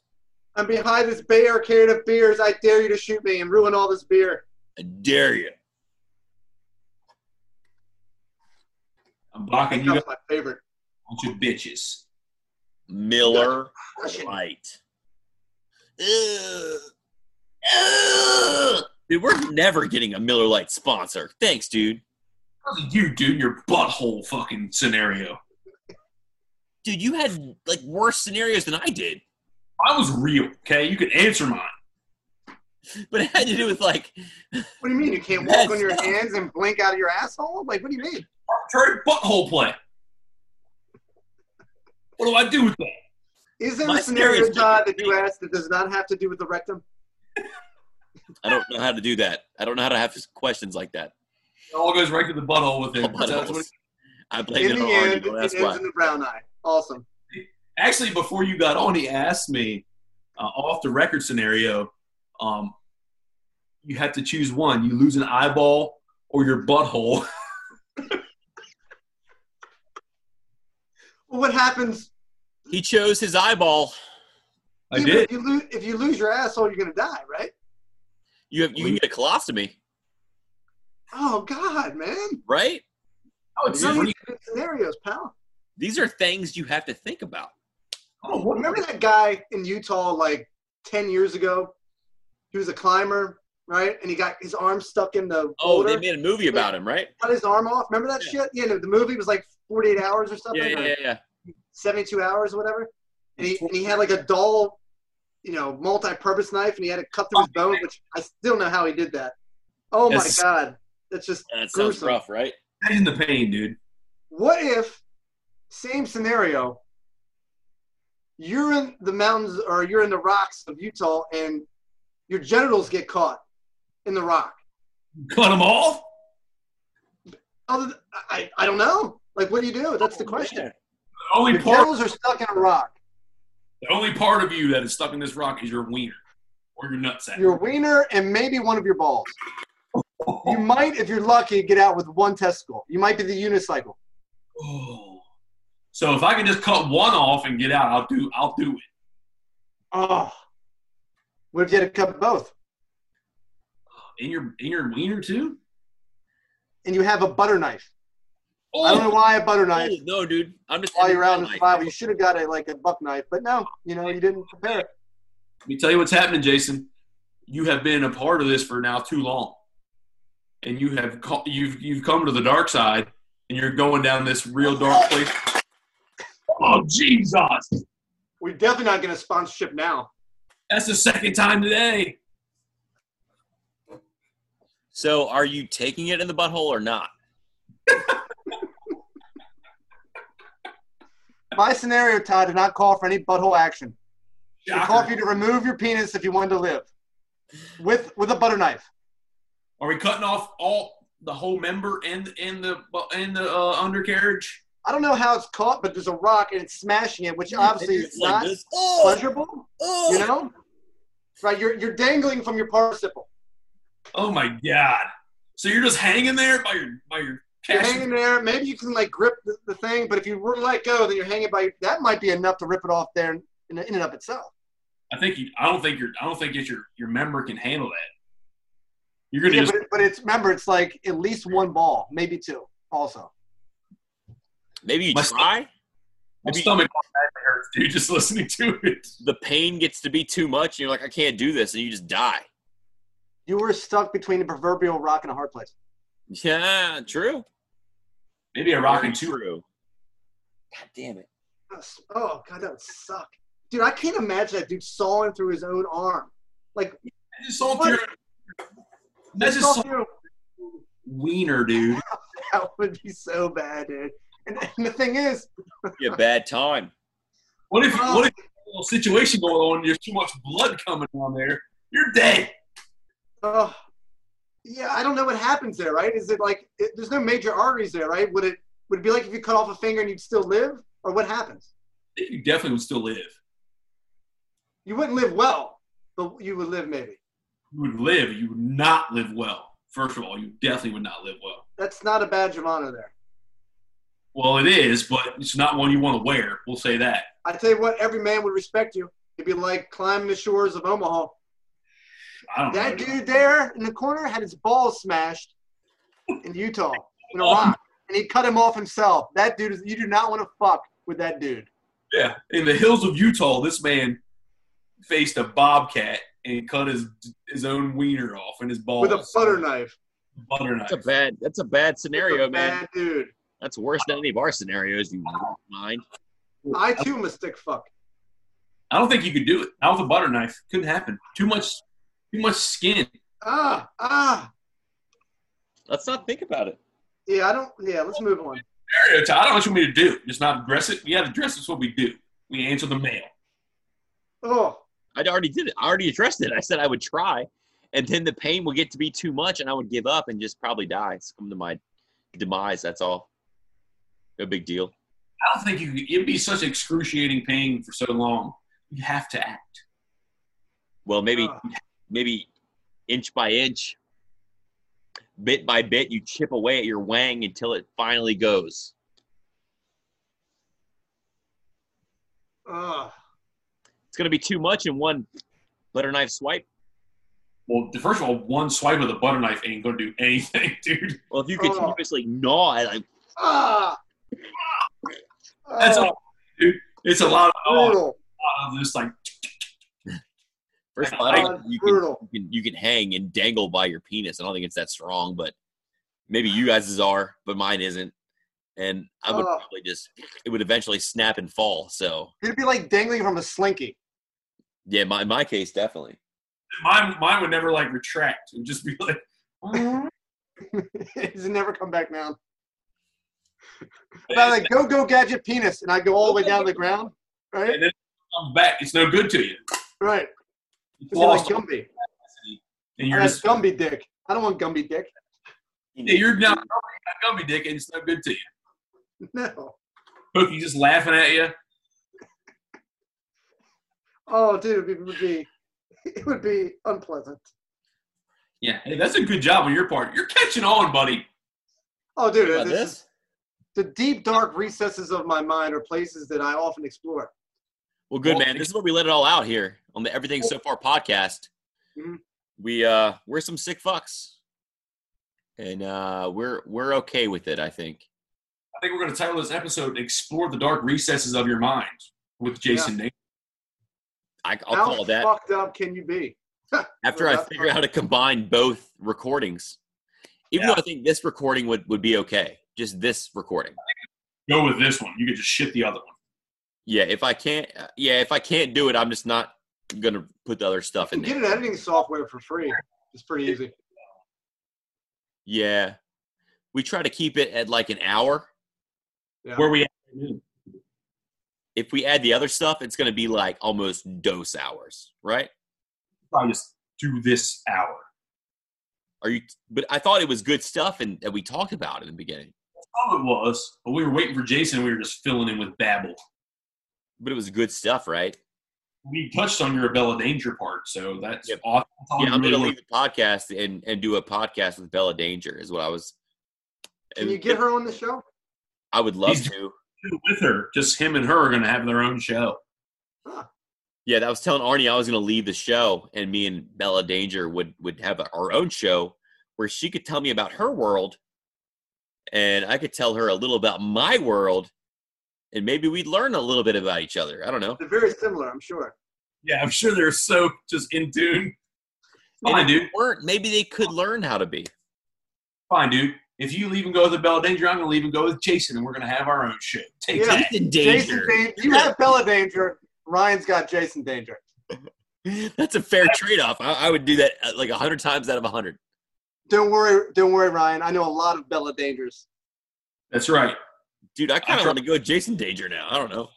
Speaker 3: I'm behind this barricade of beers. I dare you to shoot me and ruin all this beer.
Speaker 1: I dare you.
Speaker 2: I'm
Speaker 3: I
Speaker 2: blocking
Speaker 3: think
Speaker 2: you
Speaker 3: that
Speaker 2: guys,
Speaker 3: was my favorite.
Speaker 2: bunch of bitches.
Speaker 1: Miller
Speaker 3: Crush it.
Speaker 1: Light. Ugh. Ugh. Dude, we're never getting a Miller Light sponsor. Thanks, dude.
Speaker 2: How's you, dude? Your butthole fucking scenario.
Speaker 1: Dude, you had like worse scenarios than I did.
Speaker 2: I was real. Okay, you can answer mine.
Speaker 1: But it had to do with like
Speaker 3: What do you mean you can't
Speaker 1: That's
Speaker 3: walk on your
Speaker 1: not-
Speaker 3: hands and blink out of your asshole? Like, what do you mean?
Speaker 2: Arbitrary butthole play. What do I do with that?
Speaker 3: Is there
Speaker 1: My
Speaker 3: a scenario,
Speaker 1: scenario's
Speaker 3: Todd, that
Speaker 1: different.
Speaker 3: you asked that does not have to do with the rectum?
Speaker 1: I don't know how to do that. I don't know how to have questions like that.
Speaker 2: It all goes right to the butthole with him. That's what-
Speaker 1: I blame
Speaker 3: In
Speaker 1: it
Speaker 3: the
Speaker 1: on
Speaker 3: end,
Speaker 1: Arnie.
Speaker 3: it
Speaker 1: though,
Speaker 3: ends
Speaker 1: That's why.
Speaker 3: in the brown eye. Awesome.
Speaker 2: Actually, before you got on, he asked me uh, off the record scenario. Um, you have to choose one. You lose an eyeball or your butthole.
Speaker 3: Well, what happens
Speaker 1: He chose his eyeball.
Speaker 2: I
Speaker 3: even
Speaker 2: did.
Speaker 3: If, you lose, if you lose your asshole, you're going to die, right?
Speaker 1: You have you can get a colostomy,
Speaker 3: Oh, God, man.
Speaker 1: right?
Speaker 2: I would
Speaker 3: These
Speaker 2: say,
Speaker 3: are
Speaker 2: what do you-
Speaker 3: good scenarios, pal.
Speaker 1: These are things you have to think about.
Speaker 2: I don't know what-
Speaker 3: Oh, Remember that guy in Utah like 10 years ago? He was a climber, right? And he got his arm stuck in the
Speaker 1: Oh,
Speaker 3: boulder.
Speaker 1: they made a movie about him, right?
Speaker 3: cut his arm off. Remember that shit? Yeah, no, the movie was like 48 hours or something,
Speaker 1: Yeah, yeah,
Speaker 3: or
Speaker 1: yeah, yeah.
Speaker 3: 72 hours or whatever. and he, and he had like a dull, you know, multi-purpose knife, and he had it cut through his bone, which I still know how he did that. Oh my
Speaker 1: That's-
Speaker 3: god, that's just
Speaker 1: That sounds
Speaker 3: Gruesome.
Speaker 1: rough, right?
Speaker 2: Imagine the pain, dude.
Speaker 3: What if, same scenario, you're in the mountains or you're in the rocks of Utah and your genitals get caught in the rock?
Speaker 2: Cut them off.
Speaker 3: Other th- I, I don't know. Like, what do you do? That's
Speaker 1: Oh,
Speaker 3: the question.
Speaker 2: The only
Speaker 3: Your
Speaker 2: part,
Speaker 3: genitals are stuck in a rock.
Speaker 2: the only part of you that is stuck in this rock is your wiener or your nutsack.
Speaker 3: Your wiener and maybe one of your balls. You might, if you're lucky, get out with one testicle. You might be the unicycle.
Speaker 2: Oh. So if I can just cut one off and get out, I'll do. I'll do it.
Speaker 3: Oh. What if you had to cut both?
Speaker 2: In your in your wiener too.
Speaker 3: And you have a butter knife.
Speaker 1: Oh,
Speaker 3: I don't know why a butter knife.
Speaker 1: oh, no, dude. I'm just
Speaker 3: while you're out in
Speaker 1: Like,
Speaker 3: survival. You should have got a like a buck knife, but no, you know, you didn't prepare.
Speaker 2: Let me tell you what's happening, Jason. You have been a part of this for now too long, and you have co- you've you've come to the dark side, and you're going down this real dark place. Oh Jesus!
Speaker 3: We're definitely not going to sponsorship now.
Speaker 2: That's the second time today.
Speaker 1: So, are you taking it in the butthole or not?
Speaker 3: My scenario, Todd, did not call for any butthole action. It called
Speaker 2: Shocker.
Speaker 3: for you to remove your penis if you wanted to live, with with a butter knife.
Speaker 2: Are we cutting off all the whole member and and the and the uh, undercarriage?
Speaker 3: I don't know how it's caught, but there's a rock and it's smashing it, which obviously
Speaker 1: It's
Speaker 3: is
Speaker 1: like
Speaker 3: not
Speaker 1: this. Oh,
Speaker 3: pleasurable.
Speaker 1: oh.
Speaker 3: You know, right? You're you're dangling from your participle.
Speaker 2: Oh my God! So you're just hanging there by your by your
Speaker 3: You're
Speaker 2: cash.
Speaker 3: hanging there. Maybe you can like grip the, the thing, but if you were to let go, then you're hanging by. your- That might be enough to rip it off there in, in and of itself.
Speaker 2: I think you, I don't think your I don't think it's your your member can handle that. You're gonna
Speaker 3: Yeah,
Speaker 2: just
Speaker 3: but, but it's remember, it's like at least one ball, maybe two. Also,
Speaker 1: Maybe you
Speaker 2: My
Speaker 1: try.
Speaker 2: my
Speaker 1: maybe-
Speaker 2: stomach automatically hurts, dude. Just listening to it.
Speaker 1: The pain gets to be too much, and you're like, I can't do this, and you just die.
Speaker 3: you were stuck between a proverbial rock and a hard place.
Speaker 1: Yeah, true.
Speaker 2: Maybe a rock and two.
Speaker 1: true. God damn it.
Speaker 3: Oh god, that would suck, dude. I can't imagine that dude sawing through his own arm.
Speaker 2: I just saw through. I just
Speaker 3: Saw
Speaker 2: saw
Speaker 3: through-
Speaker 2: wiener, dude.
Speaker 3: That would be so bad, dude. And, and the thing is,
Speaker 1: Be a bad time.
Speaker 2: What if what if a little situation going on? and There's too much blood coming on there. You're dead.
Speaker 3: oh, yeah, I don't know what happens there, right? Is it like it, there's no major arteries there, right? Would it would it be like if you cut off a finger and you'd still live, or what happens?
Speaker 2: You definitely would still live.
Speaker 3: You wouldn't live well, but you would live maybe.
Speaker 2: You would live. You would not live well. First of all, you definitely would not live well.
Speaker 3: That's not a badge of honor there.
Speaker 2: Well, it is, but it's not one you want to wear. We'll say that.
Speaker 3: I tell you what, every man would respect you. It'd be like climbing the shores of Omaha.
Speaker 2: I don't
Speaker 3: That
Speaker 2: know.
Speaker 3: dude there in the corner had his balls smashed in Utah in a rock, and he cut him off himself. That dude is you do not want to fuck with that dude.
Speaker 2: Yeah, in the hills of Utah, this man faced a bobcat and cut his his own wiener off and his balls
Speaker 3: With a butter knife.
Speaker 2: Butter knife.
Speaker 1: That's a bad. That's a bad scenario,
Speaker 3: That's a
Speaker 1: man.
Speaker 3: Bad dude.
Speaker 1: That's worse than any of our scenarios. You mind?
Speaker 3: I too am a stick fuck.
Speaker 2: I don't think you could do it. Not with a butter knife. Couldn't happen. Too much, too much skin.
Speaker 3: Ah, ah.
Speaker 1: Let's not think about it.
Speaker 3: Yeah, I don't yeah, let's move on.
Speaker 2: Mario, I don't know what you want me to do. Just not address it. We got to address It's what we do. We answer the mail.
Speaker 3: Oh.
Speaker 1: I already did it. I already addressed it. I said I would try, and then the pain would get to be too much, and I would give up and just probably die. Succumb to my demise. That's all. No big deal.
Speaker 2: I don't think you. Could, it'd be such excruciating pain for so long. You have to act.
Speaker 1: Well, maybe
Speaker 3: ah.
Speaker 1: maybe inch by inch, bit by bit, you chip away at your wang until it finally goes.
Speaker 3: ah.
Speaker 1: It's gonna be too much in one butter knife swipe.
Speaker 2: Well, first of all, one swipe of the butter knife ain't gonna do anything, dude.
Speaker 1: Well, if you
Speaker 3: Oh.
Speaker 1: continuously gnaw at like
Speaker 3: Ah.
Speaker 2: That's
Speaker 3: Ah,
Speaker 2: all, dude. It's a lot of, oh,
Speaker 3: brutal.
Speaker 2: a lot of just like
Speaker 1: first
Speaker 2: Oh,
Speaker 1: bite,
Speaker 3: that's
Speaker 1: you can,
Speaker 3: Ah, brutal.
Speaker 1: you can you can hang and dangle by your penis. I don't think it's that strong, but maybe you guys' are, but mine isn't. and I would
Speaker 3: Oh.
Speaker 1: probably just it would eventually snap and fall. So
Speaker 3: It'd be like dangling from a slinky.
Speaker 1: yeah, my in my case definitely.
Speaker 2: Mine, mine would never like retract. It would just be like,
Speaker 3: it's never come back down. But I like go go gadget penis, and I go all the way down to the ground. Right,
Speaker 2: and then it comes back. It's no good to you.
Speaker 3: right.
Speaker 2: It's
Speaker 3: It's like
Speaker 2: lost,
Speaker 3: Gumby.
Speaker 2: and
Speaker 3: I
Speaker 2: you're
Speaker 3: got
Speaker 2: just
Speaker 3: Gumby dick. I don't want Gumby dick.
Speaker 2: yeah, you're not you're not gummy dick, and it's no good to you.
Speaker 3: No.
Speaker 2: Hookie's just laughing at you.
Speaker 3: Oh, dude, it would be it would be unpleasant.
Speaker 2: Yeah, hey, that's a good job on your part. You're catching on, buddy.
Speaker 3: Oh, dude,
Speaker 1: About
Speaker 3: this, is-
Speaker 1: this?
Speaker 3: the deep dark recesses of my mind are places that I often explore.
Speaker 1: Well, good
Speaker 2: Well,
Speaker 1: man. This is where we let it all out here on the Everything So Far podcast.
Speaker 3: Mhm.
Speaker 1: We uh we're some sick fucks, and uh we're we're okay with it. I think.
Speaker 2: I think we're going to title this episode "Explore the Dark Recesses of Your Mind" with Jason. Naismith.
Speaker 1: I, I'll
Speaker 3: How
Speaker 1: call that
Speaker 3: fucked up can you be?
Speaker 1: after I
Speaker 3: that's
Speaker 1: figure out how to combine both recordings. Even
Speaker 2: Yeah.
Speaker 1: though I think this recording would would be okay, just this recording.
Speaker 2: Go with this one. You could just shit the other one.
Speaker 1: Yeah, if I can't, uh, yeah, if I can't do it, I'm just not gonna put the other stuff
Speaker 3: You
Speaker 1: in
Speaker 3: can get
Speaker 1: there.
Speaker 3: an editing software for free. It's pretty easy.
Speaker 1: Yeah, we try to keep it at like an hour.
Speaker 3: Yeah.
Speaker 2: Where we at?
Speaker 1: If we add the other stuff, it's gonna be like almost dose hours, right?
Speaker 2: Probably just do this hour.
Speaker 1: Are you? But I thought it was good stuff, and that we talked about in the beginning.
Speaker 2: Oh, it was. But we were waiting for Jason. and We were just filling in with babble.
Speaker 1: But it was good stuff, right?
Speaker 2: We touched on your Abella Danger part, so that's
Speaker 1: Yep.
Speaker 2: awesome. That's all
Speaker 1: Yeah,
Speaker 2: we
Speaker 1: I'm
Speaker 2: really
Speaker 1: gonna
Speaker 2: wanted.
Speaker 1: leave the podcast and and do a podcast with Bella Danger is what I was.
Speaker 3: Can you get her on the show?
Speaker 1: I would love
Speaker 2: He's-
Speaker 1: to.
Speaker 2: with her. Just him and her are going to have their own show.
Speaker 1: Yeah, that was telling Arnie I was going to leave the show, and me and Bella Danger would would have our own show where she could tell me about her world, and I could tell her a little about my world, and maybe we'd learn a little bit about each other. I don't know.
Speaker 3: They're very similar, I'm sure.
Speaker 2: Yeah, I'm sure they're so just in tune. Fine,
Speaker 1: And if
Speaker 2: dude.
Speaker 1: they weren't, maybe they could learn how to be.
Speaker 2: Fine, dude. If you leave and go with the Bella Danger, I'm going to leave and go with Jason, and we're going to have our own show. Take
Speaker 3: Yeah.
Speaker 2: that.
Speaker 1: Jason
Speaker 3: Jason Danger. You have Bella Danger. Ryan's got Jason Danger.
Speaker 1: That's a fair trade off. I, I would do that uh, like a hundred times out of a hundred.
Speaker 3: Don't worry, don't worry, Ryan. I know a lot of Bella Dangers.
Speaker 2: That's right.
Speaker 1: Dude, I kind
Speaker 2: I
Speaker 1: of
Speaker 2: try-
Speaker 1: want to go with Jason Danger now. I don't know.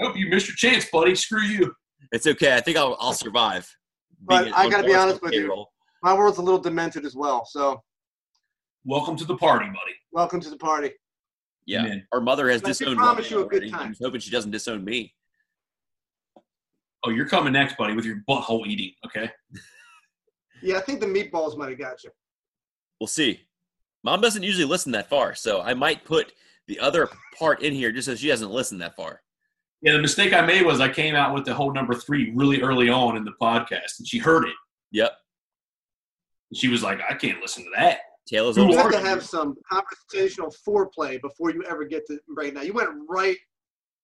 Speaker 2: Nope, you missed your chance, buddy. Screw you.
Speaker 1: It's okay. I think I'll, I'll survive.
Speaker 3: But
Speaker 1: being
Speaker 3: I
Speaker 1: on
Speaker 3: gotta be
Speaker 1: Barstool
Speaker 3: honest with you.
Speaker 1: payroll.
Speaker 3: My world's a little demented as well, so
Speaker 2: Welcome to the party, buddy.
Speaker 3: welcome to the party.
Speaker 1: Yeah.
Speaker 2: Man.
Speaker 1: Our mother has
Speaker 3: But I did
Speaker 1: disowned Ryan
Speaker 3: promise you a good
Speaker 1: already.
Speaker 3: time.
Speaker 1: I'm just hoping she doesn't disown me.
Speaker 2: Oh, you're coming next, buddy, with your butthole eating. Okay.
Speaker 3: Yeah, I think the meatballs might have got you.
Speaker 1: We'll see. Mom doesn't usually listen that far, so I might put the other part in here just so she doesn't listen that far.
Speaker 2: Yeah, the mistake I made was I came out with the whole number three really early on in the podcast, and she heard it.
Speaker 1: Yep.
Speaker 2: And she was like, "I can't listen to that."
Speaker 1: Taylor's
Speaker 2: Who
Speaker 3: You
Speaker 1: always
Speaker 3: have
Speaker 2: are
Speaker 3: to have some conversational foreplay before you ever get to right now. You went right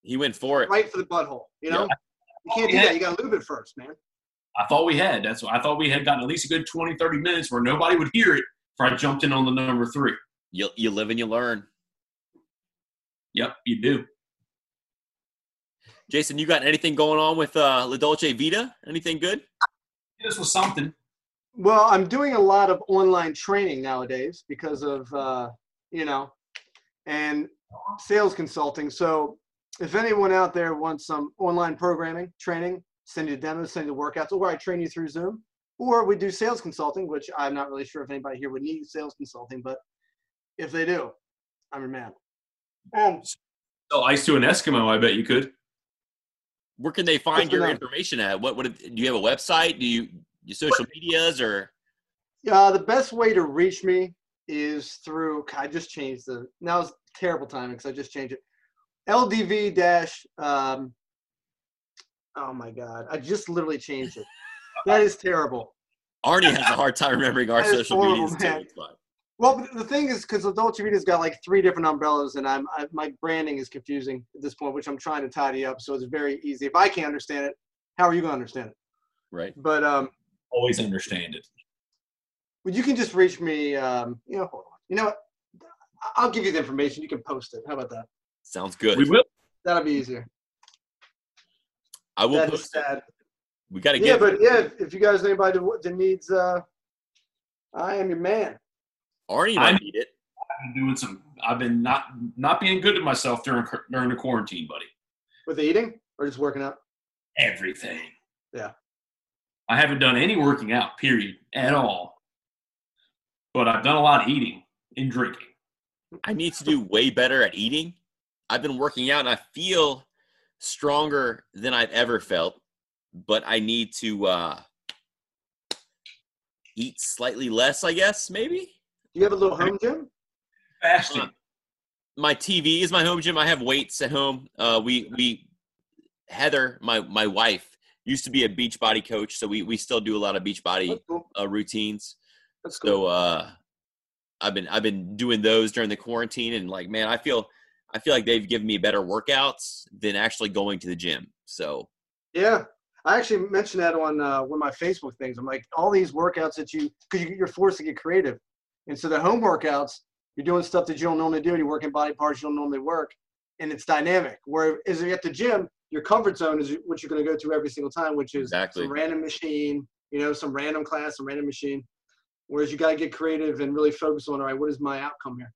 Speaker 1: he went for it.
Speaker 3: right for the butthole, you know? You can't do
Speaker 2: Yeah.
Speaker 3: that. You gotta lube it first, man.
Speaker 2: I thought we had. That's what I thought we had gotten at least a good 20, 30 minutes where nobody would hear it. Before I jumped in on the number three.
Speaker 1: You, you live and you learn.
Speaker 2: Yep, you do.
Speaker 1: Jason, you got anything going on with uh, La Dolce Vita? Anything good?
Speaker 2: This was something.
Speaker 3: Well, I'm doing a lot of online training nowadays because of uh, you know, and sales consulting. So if anyone out there wants some online programming training, send you demos, send you workouts, or I train you through Zoom, or we do sales consulting, which I'm not really sure if anybody here would need sales consulting, but if they do, I'm your man. Um,
Speaker 2: Sell ice to an Eskimo, I bet you could.
Speaker 1: Where can they find
Speaker 3: Listen
Speaker 1: your
Speaker 3: up.
Speaker 1: information at? What, what do you have a website? Do you your social medias or
Speaker 3: Uh, the best way to reach me is through. I just changed the. Now it's terrible timing because I just changed it. LDV dash. Um, oh my god! I just literally changed it. That is terrible.
Speaker 1: Arnie has a hard time remembering our
Speaker 3: That is
Speaker 1: social
Speaker 3: horrible,
Speaker 1: medias too.
Speaker 3: man.
Speaker 1: It's fine.
Speaker 3: Well, but the thing is, because Dolce Vita's got like three different umbrellas, and I'm I, my branding is confusing at this point, which I'm trying to tidy up. So it's very easy. If I can't understand it, how are you gonna understand it?
Speaker 1: Right.
Speaker 3: But um,
Speaker 2: Always understand it.
Speaker 3: Well, you can just reach me. Um, you know, hold on. You know what? I- I'll give you the information. You can post it. How about that?
Speaker 1: Sounds good.
Speaker 2: We will.
Speaker 3: That'll be easier.
Speaker 1: I will
Speaker 3: That is
Speaker 1: post it.
Speaker 3: sad.
Speaker 1: We got to
Speaker 3: Yeah,
Speaker 1: get.
Speaker 3: but yeah, if- if you guys know anybody that that needs, uh, I am your man.
Speaker 1: Arnie
Speaker 2: I'm-
Speaker 1: might need it.
Speaker 2: I've been doing some. I've been not not being good to myself during cur- during the quarantine, buddy.
Speaker 3: With eating or just working out?
Speaker 2: Everything.
Speaker 3: Yeah.
Speaker 2: I haven't done any working out, period, at all. But I've done a lot of eating and drinking.
Speaker 1: I need to do way better at eating. I've been working out and I feel stronger than I've ever felt, but I need to uh, eat slightly less, I guess, maybe.
Speaker 3: Do you have a little home gym?
Speaker 2: Fasting.
Speaker 1: Uh, my TV is my home gym. I have weights at home. Uh, we we Heather, my my wife, used to be a beach body coach, so we we still do a lot of beach body
Speaker 3: That's cool.
Speaker 1: uh, routines.
Speaker 3: That's cool.
Speaker 1: So uh, I've been I've been doing those during the quarantine, and like man, I feel I feel like they've given me better workouts than actually going to the gym. So
Speaker 3: Yeah. I actually mentioned that on uh, one of my Facebook things. I'm like, all these workouts that you, because you, you're forced to get creative. And so the home workouts, you're doing stuff that you don't normally do. You're working body parts you don't normally work. And it's dynamic. Where is at the gym, your comfort zone is what you're going to go to every single time, which is
Speaker 1: Exactly.
Speaker 3: some random machine, you know, some random class, some random machine. Whereas you got to get creative and really focus on, all right, what is my outcome here?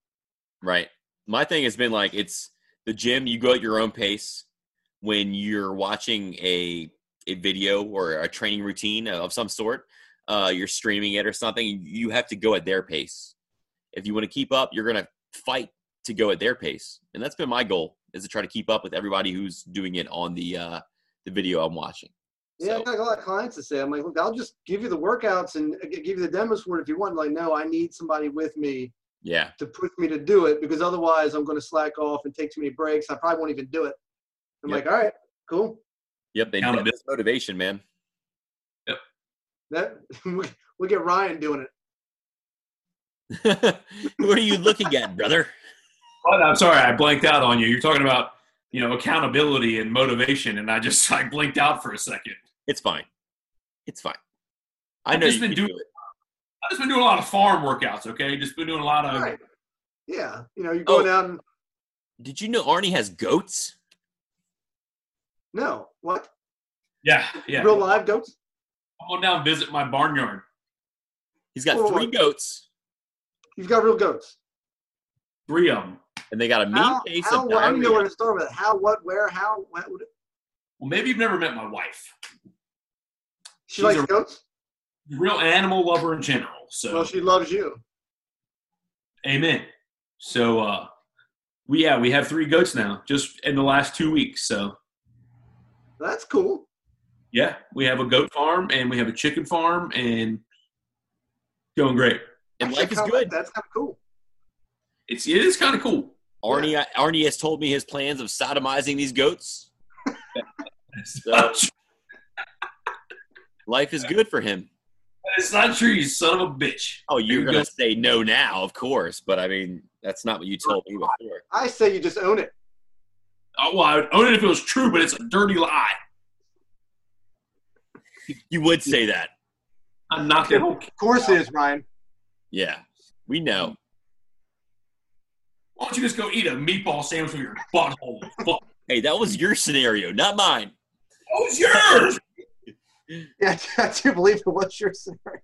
Speaker 1: right, my thing has been like it's the gym. You go at your own pace when you're watching a a video or a training routine of some sort. Uh, you're streaming it or something. You have to go at their pace. If you want to keep up, you're gonna fight to go at their pace, and that's been my goal is to try to keep up with everybody who's doing it on the uh, the video I'm watching.
Speaker 3: Yeah, I
Speaker 1: So-
Speaker 3: got a lot of clients that say, I'm like, look, I'll just give you the workouts and uh, give you the demos for it if you want. Like, no, I need somebody with me
Speaker 1: Yeah,
Speaker 3: to push me to do it because otherwise I'm going to slack off and take too many breaks. I probably won't even do it. I'm
Speaker 1: Yep.
Speaker 3: like, all right, cool.
Speaker 1: yep. They
Speaker 2: Accountability.
Speaker 1: that's motivation, man.
Speaker 3: That we'll get Ryan doing it.
Speaker 1: what are you looking at, brother?
Speaker 2: But I'm sorry, I blanked out on you. You're talking about you know accountability and motivation, and I just I blinked out for a second.
Speaker 1: It's fine. It's fine. I
Speaker 2: I've
Speaker 1: know
Speaker 2: just
Speaker 1: you
Speaker 2: been
Speaker 1: can
Speaker 2: doing-
Speaker 1: do it.
Speaker 2: I've just been doing a lot of farm workouts. Okay, just been doing a Oh. lot
Speaker 3: All
Speaker 2: of.
Speaker 3: right. Yeah, you know, you're going out and
Speaker 1: Did you know Arnie has goats?
Speaker 3: no, what
Speaker 2: Yeah, yeah.
Speaker 3: real live goats?
Speaker 2: I'm going down and visit my barnyard.
Speaker 1: He's got
Speaker 3: Oh,
Speaker 1: three
Speaker 3: I-
Speaker 1: goats,
Speaker 3: You've got real goats.
Speaker 2: Three of them.
Speaker 1: and they got a mean
Speaker 3: How,
Speaker 1: case
Speaker 3: how,
Speaker 1: of
Speaker 3: well, I don't even know where
Speaker 1: diarrhea.
Speaker 3: to start with. it. How, what, where, how? What, what-
Speaker 2: Well, maybe you've never met my wife.
Speaker 3: she
Speaker 2: She's
Speaker 3: likes
Speaker 2: a-
Speaker 3: goats.
Speaker 2: Real animal lover in general. So
Speaker 3: Well, she loves you.
Speaker 2: Amen. So uh we yeah, we have three goats now, just in the last two weeks. So
Speaker 3: That's cool.
Speaker 2: yeah, we have a goat farm and we have a chicken farm and going great.
Speaker 1: And
Speaker 3: Actually, I
Speaker 1: life is
Speaker 3: kinda like
Speaker 1: good.
Speaker 3: that. That's kind of cool.
Speaker 2: It's it is kind of cool.
Speaker 1: Arnie, Arnie has told me his plans of sodomizing these goats. So
Speaker 2: That's
Speaker 1: life is good for him.
Speaker 2: not true, you son of a bitch.
Speaker 1: Oh, you're
Speaker 2: you
Speaker 1: gonna
Speaker 2: go.
Speaker 1: say no now, of course, but I mean that's not what you told me before.
Speaker 3: I say you just own it.
Speaker 2: Oh, well, I would own it if it was true, but it's a dirty lie.
Speaker 1: You would say that.
Speaker 2: I knocked it whole
Speaker 3: Of course it is, Ryan.
Speaker 1: Yeah, we know.
Speaker 2: Why don't you just go eat a meatball sandwich with your butthole? Fuck.
Speaker 1: Hey, that was your scenario, not mine.
Speaker 2: Oh, it's yours.
Speaker 3: Yeah, I do believe it was your scenario.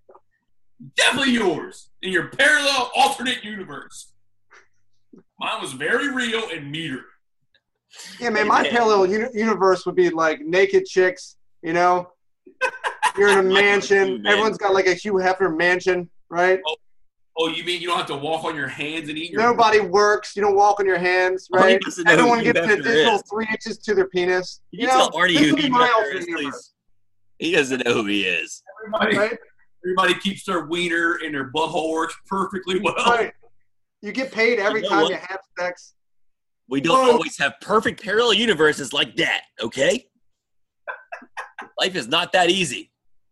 Speaker 2: definitely yours in your parallel alternate universe. Mine was very real and meter.
Speaker 3: Yeah, man, my
Speaker 1: Amen.
Speaker 3: parallel uni- universe would be like naked chicks, you know? You're in a mansion.
Speaker 1: Man.
Speaker 3: Everyone's got like a Hugh Hefner mansion, right?
Speaker 2: Oh, you mean you don't have to walk on your hands and eat your
Speaker 3: Nobody works. You don't walk on your hands,
Speaker 1: Arnie
Speaker 3: right?
Speaker 1: doesn't Oh, know who
Speaker 3: Everyone
Speaker 1: Hugh
Speaker 3: gets an
Speaker 1: Hefner
Speaker 3: additional
Speaker 1: is.
Speaker 3: three inches to their penis.
Speaker 1: Can
Speaker 3: You,
Speaker 1: you,
Speaker 3: know,
Speaker 1: tell Arnie
Speaker 3: this
Speaker 1: who
Speaker 3: would be
Speaker 1: Hugh
Speaker 3: my
Speaker 1: Hefner
Speaker 3: alternate
Speaker 1: is,
Speaker 3: universe,
Speaker 1: please? He doesn't know who he is.
Speaker 2: everybody,
Speaker 3: right?
Speaker 2: everybody keeps their wiener and their butthole works perfectly well.
Speaker 3: Right. You get paid every
Speaker 1: know
Speaker 3: time
Speaker 1: what?
Speaker 3: you have sex.
Speaker 1: We don't
Speaker 2: Whoa.
Speaker 1: always have perfect parallel universes like that, okay? Life is not that easy.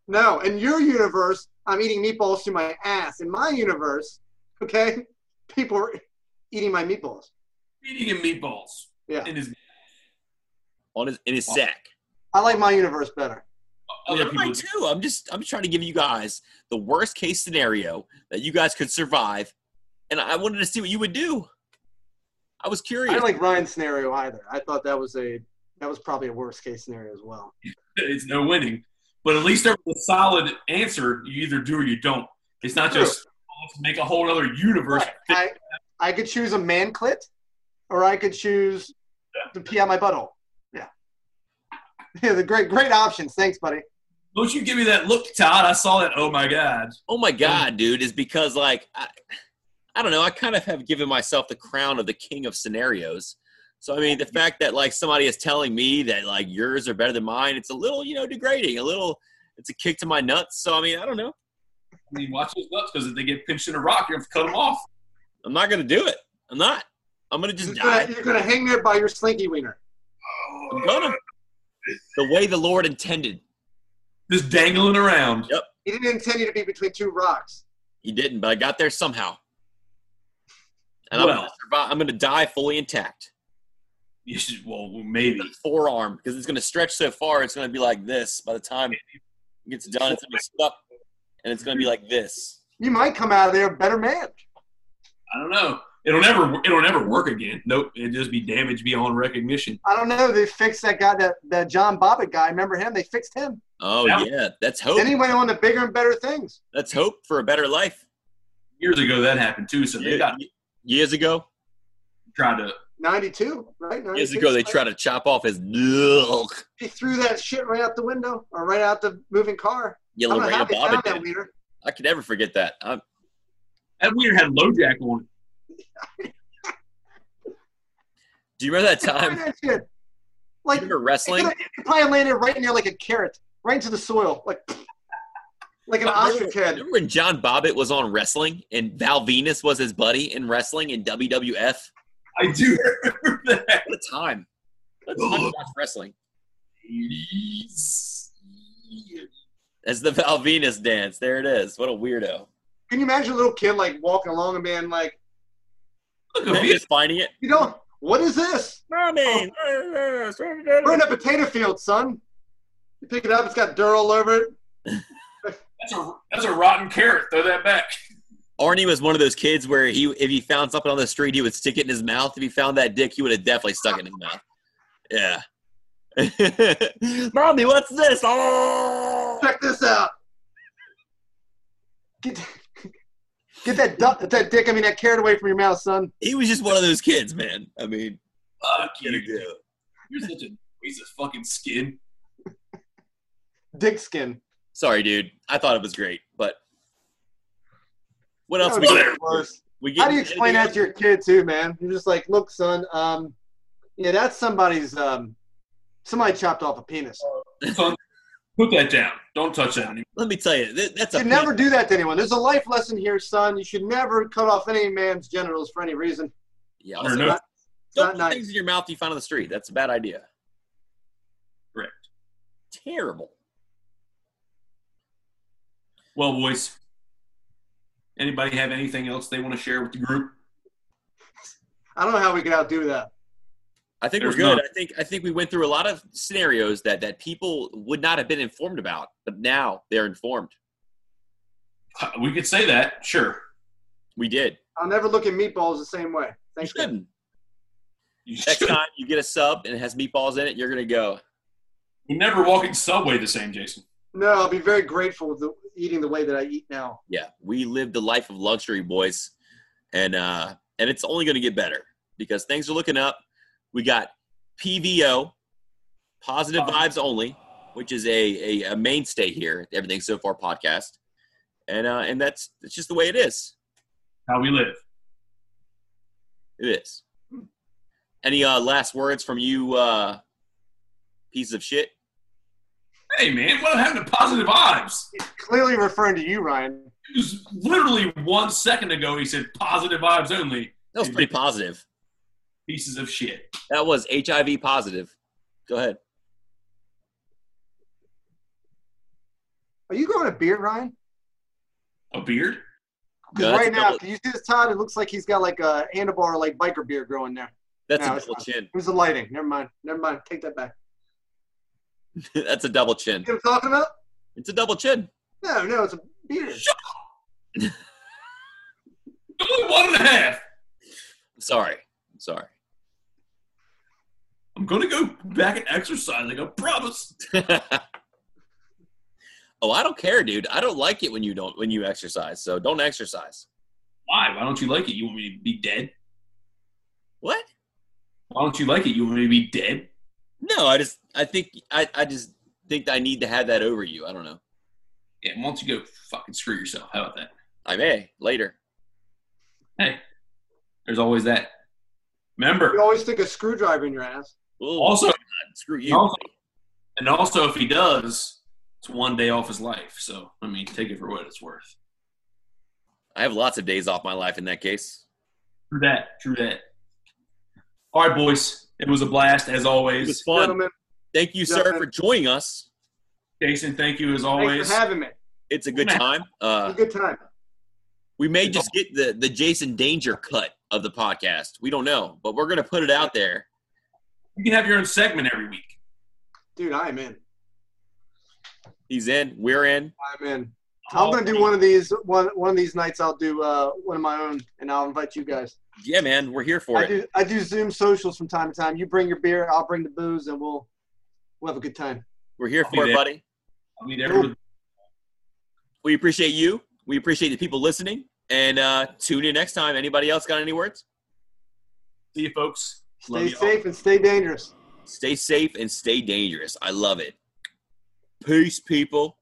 Speaker 3: No, in your universe, I'm eating meatballs through my ass. In my universe, okay, people are eating my meatballs.
Speaker 2: Eating in meatballs.
Speaker 3: Yeah.
Speaker 2: And his
Speaker 1: On his in his sack.
Speaker 3: I like my universe better.
Speaker 1: I
Speaker 2: other
Speaker 1: mean, I
Speaker 2: people.
Speaker 1: too. I'm just I'm trying to give you guys the worst case scenario that you guys could survive, and I wanted to see what you would do. I was
Speaker 3: I
Speaker 1: curious.
Speaker 3: didn't like Ryan's scenario either. I thought that was a that was probably a worst case scenario as well.
Speaker 2: it's no winning. But at least there was a solid answer. You either do or you don't. It's not
Speaker 3: True.
Speaker 2: just "Oh, let's make a whole other universe.
Speaker 3: I I could choose a man clit, or I could choose to pee out my butthole. Yeah, yeah, the great great options. Thanks, buddy.
Speaker 2: Don't you give me that look, Todd? I saw that. Oh my God.
Speaker 1: oh my god, dude, is because like I, I don't know, I kind of have given myself the crown of the king of scenarios. So I mean, the fact that like somebody is telling me that like yours are better than mine, it's a little you know degrading, a little. It's a kick to my nuts. So I mean, I don't know.
Speaker 2: I mean, watch those nuts because if they get pinched in a rock, you have to cut them off.
Speaker 1: I'm not gonna do it. I'm not. I'm gonna just
Speaker 3: You're gonna,
Speaker 1: die.
Speaker 3: you're gonna hang there by your slinky wiener.
Speaker 1: I'm
Speaker 3: Oh.
Speaker 1: gonna. The way the Lord intended.
Speaker 2: Just dangling around.
Speaker 3: He didn't intend you to be between two rocks.
Speaker 1: He didn't, but I got there somehow. And I'm, gonna
Speaker 2: Well.
Speaker 1: survive, I'm gonna die fully intact.
Speaker 2: You should, well, maybe.
Speaker 1: The forearm, because it's gonna stretch so far, it's gonna be like this. By the time it gets done, it's gonna be stuck, and it's gonna be like this.
Speaker 3: You might come out of there a better man.
Speaker 2: I don't know. It'll never. It'll never work again. Nope. It'd just be damaged beyond recognition.
Speaker 3: I don't know. They fixed that guy, that, that John Bobbitt guy. Remember him? They fixed him.
Speaker 1: Oh
Speaker 2: Yeah.
Speaker 1: yeah, that's hope.
Speaker 3: Then he went on to bigger and better things.
Speaker 1: That's hope for a better life.
Speaker 2: Years ago, that happened too. So they
Speaker 1: Ye-
Speaker 2: got
Speaker 1: ye- Years ago,
Speaker 2: tried to.
Speaker 3: 92, right? 92,
Speaker 1: years ago, they tried to chop off his little
Speaker 3: He threw that shit right out the window or right out the moving car. I
Speaker 1: yellow
Speaker 3: don't know how
Speaker 1: ram
Speaker 3: they found
Speaker 1: bobbit.
Speaker 3: that
Speaker 1: did.
Speaker 3: wiener.
Speaker 1: I could never forget that. I'm,
Speaker 2: That wiener had LoJack on it.
Speaker 1: do you remember that
Speaker 3: Find
Speaker 1: time?
Speaker 3: that shit.
Speaker 1: you
Speaker 3: Like,
Speaker 1: remember
Speaker 3: it
Speaker 1: wrestling?
Speaker 3: could've- it probably landed right near like a carrot, right into the soil. Like, like an ostrich head.
Speaker 1: Remember when John Bobbitt was on wrestling and Val Venus was his buddy in wrestling in WWF?
Speaker 2: I do remember that.
Speaker 1: What a time. What a time to watch wrestling. That's the Val Venus dance. There it is. What a weirdo.
Speaker 3: Can you imagine a little kid like walking along and being like,
Speaker 2: Look,
Speaker 1: They're
Speaker 2: a
Speaker 1: just finding it.
Speaker 3: you know, what is this?
Speaker 1: Mommy!
Speaker 3: Oh. We're in a potato field, son. You pick it up, it's got dirt all over it.
Speaker 2: That's a that's a rotten carrot. Throw that back.
Speaker 1: Arnie was one of those kids where he, if he found something on the street, he would stick it in his mouth. If he found that dick, he would have definitely stuck it in his mouth. Yeah. Mommy, what's this? Oh!
Speaker 3: Check this out. Get, get that du- that dick, I mean that carrot away from your mouth, son.
Speaker 1: He was just one of those kids, man. I mean,
Speaker 2: Fuck
Speaker 1: what do
Speaker 2: you.
Speaker 1: you do?
Speaker 2: You're such a piece of fucking skin.
Speaker 3: Dick skin.
Speaker 1: Sorry, dude. I thought it was great, but what
Speaker 3: That
Speaker 1: else?
Speaker 3: would
Speaker 1: We
Speaker 3: be
Speaker 1: get?
Speaker 3: worse.
Speaker 1: We get
Speaker 3: How do you explain that to your kid too, man? You're just like, look, son, um, yeah, that's somebody's um somebody chopped off a penis.
Speaker 1: Oh,
Speaker 2: Son, Put that down. Don't touch that anymore.
Speaker 1: Let me tell you, th- that's
Speaker 3: You
Speaker 1: a
Speaker 3: should never do that to anyone. There's a life lesson here, son. You should never cut off any man's genitals for any reason.
Speaker 1: Yeah,
Speaker 2: Or
Speaker 1: also,
Speaker 2: no.
Speaker 3: It's
Speaker 1: don't
Speaker 3: not
Speaker 1: put
Speaker 3: nice.
Speaker 1: things in your mouth you find on the street. That's a bad idea.
Speaker 2: Correct.
Speaker 1: Terrible.
Speaker 2: Well, boys. Anybody have anything else they want to share with the group?
Speaker 3: I don't know how we could outdo that.
Speaker 1: I think
Speaker 2: There's
Speaker 1: we're good.
Speaker 2: none.
Speaker 1: I think I think we went through a lot of scenarios that that people would not have been informed about, but now they're informed.
Speaker 2: Uh, We could say that, sure.
Speaker 1: We did.
Speaker 3: I'll never look at meatballs the same way.
Speaker 1: You
Speaker 3: Thanks. guys.
Speaker 1: shouldn't.
Speaker 2: You
Speaker 1: Next
Speaker 2: should.
Speaker 1: time you get a sub and it has meatballs in it, you're gonna go.
Speaker 2: We're never walking Subway the same, Jason.
Speaker 3: No, I'll be very grateful with the, eating the way that I eat now.
Speaker 1: yeah, we lived the life of luxury, boys, and uh, and it's only going to get better because things are looking up. We got PVO, positive
Speaker 3: Uh-huh.
Speaker 1: vibes only, which is a, a, a mainstay here. at the Everything so far podcast, and uh, and that's that's just the way it is.
Speaker 2: How we live.
Speaker 1: It is. Any uh, last words from you, uh, piece of shit?
Speaker 2: Hey, man, what happened to positive vibes?
Speaker 3: Clearly referring to you, Ryan.
Speaker 2: It was literally one second ago he said positive vibes only.
Speaker 1: That was pretty positive.
Speaker 2: Pieces of shit.
Speaker 1: That was HIV positive. Go ahead.
Speaker 3: Are you growing a beard, Ryan?
Speaker 2: A beard?
Speaker 1: No,
Speaker 3: Because
Speaker 1: that's
Speaker 3: right
Speaker 1: a
Speaker 3: now,
Speaker 1: double-
Speaker 3: can you see this, Todd? It looks like he's got like a handlebar, like biker beard growing there.
Speaker 1: That's
Speaker 3: No,
Speaker 1: a
Speaker 3: it's
Speaker 1: double
Speaker 3: not.
Speaker 1: chin.
Speaker 3: It was the lighting. Never mind. Never mind. Take that back.
Speaker 1: that's a double chin.
Speaker 3: You know what I'm talking about?
Speaker 1: It's a double chin.
Speaker 3: No, no, it's a beard.
Speaker 2: Only one and a half.
Speaker 1: Sorry. I'm sorry.
Speaker 2: I'm gonna go back and exercise. Like I promise.
Speaker 1: oh, I don't care, dude. I don't like it when you don't when you exercise. So don't exercise.
Speaker 2: Why? Why don't you like it? You want me to be dead?
Speaker 1: What?
Speaker 2: Why don't you like it? You want me to be dead?
Speaker 1: No, I just I think I I just think I need to have that over you. I don't know.
Speaker 2: Yeah, and why don't you go fucking screw yourself? How about that?
Speaker 1: I may later.
Speaker 2: Hey, there's always that. Remember.
Speaker 3: You always stick a screwdriver in your ass.
Speaker 1: Ooh,
Speaker 2: Also,
Speaker 1: screw
Speaker 2: and
Speaker 1: you.
Speaker 2: also, and also, if he does, it's one day off his life. So I mean, take it for what it's worth.
Speaker 1: I have lots of days off my life in that case.
Speaker 2: True that. True that. All right, boys. It was a blast as
Speaker 1: It was
Speaker 2: always.
Speaker 1: fun.
Speaker 3: Gentlemen,
Speaker 1: Thank you, sir, for joining us.
Speaker 2: Jason, thank you as
Speaker 3: thanks
Speaker 2: always.
Speaker 3: for having me.
Speaker 1: It's a good time.
Speaker 3: It
Speaker 1: Uh,
Speaker 3: was a good time.
Speaker 1: we may just get the the Jason Danger cut of the podcast. We don't know, but we're gonna put it out there.
Speaker 2: you can have your own segment every week.
Speaker 3: Dude, I am in.
Speaker 1: He's in. We're in.
Speaker 3: I'm in. I'm
Speaker 2: Oh,
Speaker 3: gonna do one of these one one of these nights. I'll do uh, one of my own, and I'll invite you guys.
Speaker 1: Yeah, man, we're here for
Speaker 3: I
Speaker 1: it.
Speaker 3: do I do Zoom socials from time to time. You bring your beer, I'll bring the booze, and we'll we'll have a good time.
Speaker 1: We're here
Speaker 2: I'll be
Speaker 1: for it,
Speaker 2: there.
Speaker 1: buddy.
Speaker 2: I'll be there for the
Speaker 1: We appreciate you. We appreciate the people listening. And uh, tune in next time. Anybody else got any words?
Speaker 2: See you, folks. Love
Speaker 3: Stay
Speaker 2: y'all.
Speaker 3: safe and stay dangerous.
Speaker 1: Stay safe and stay dangerous. I love it. Peace, people.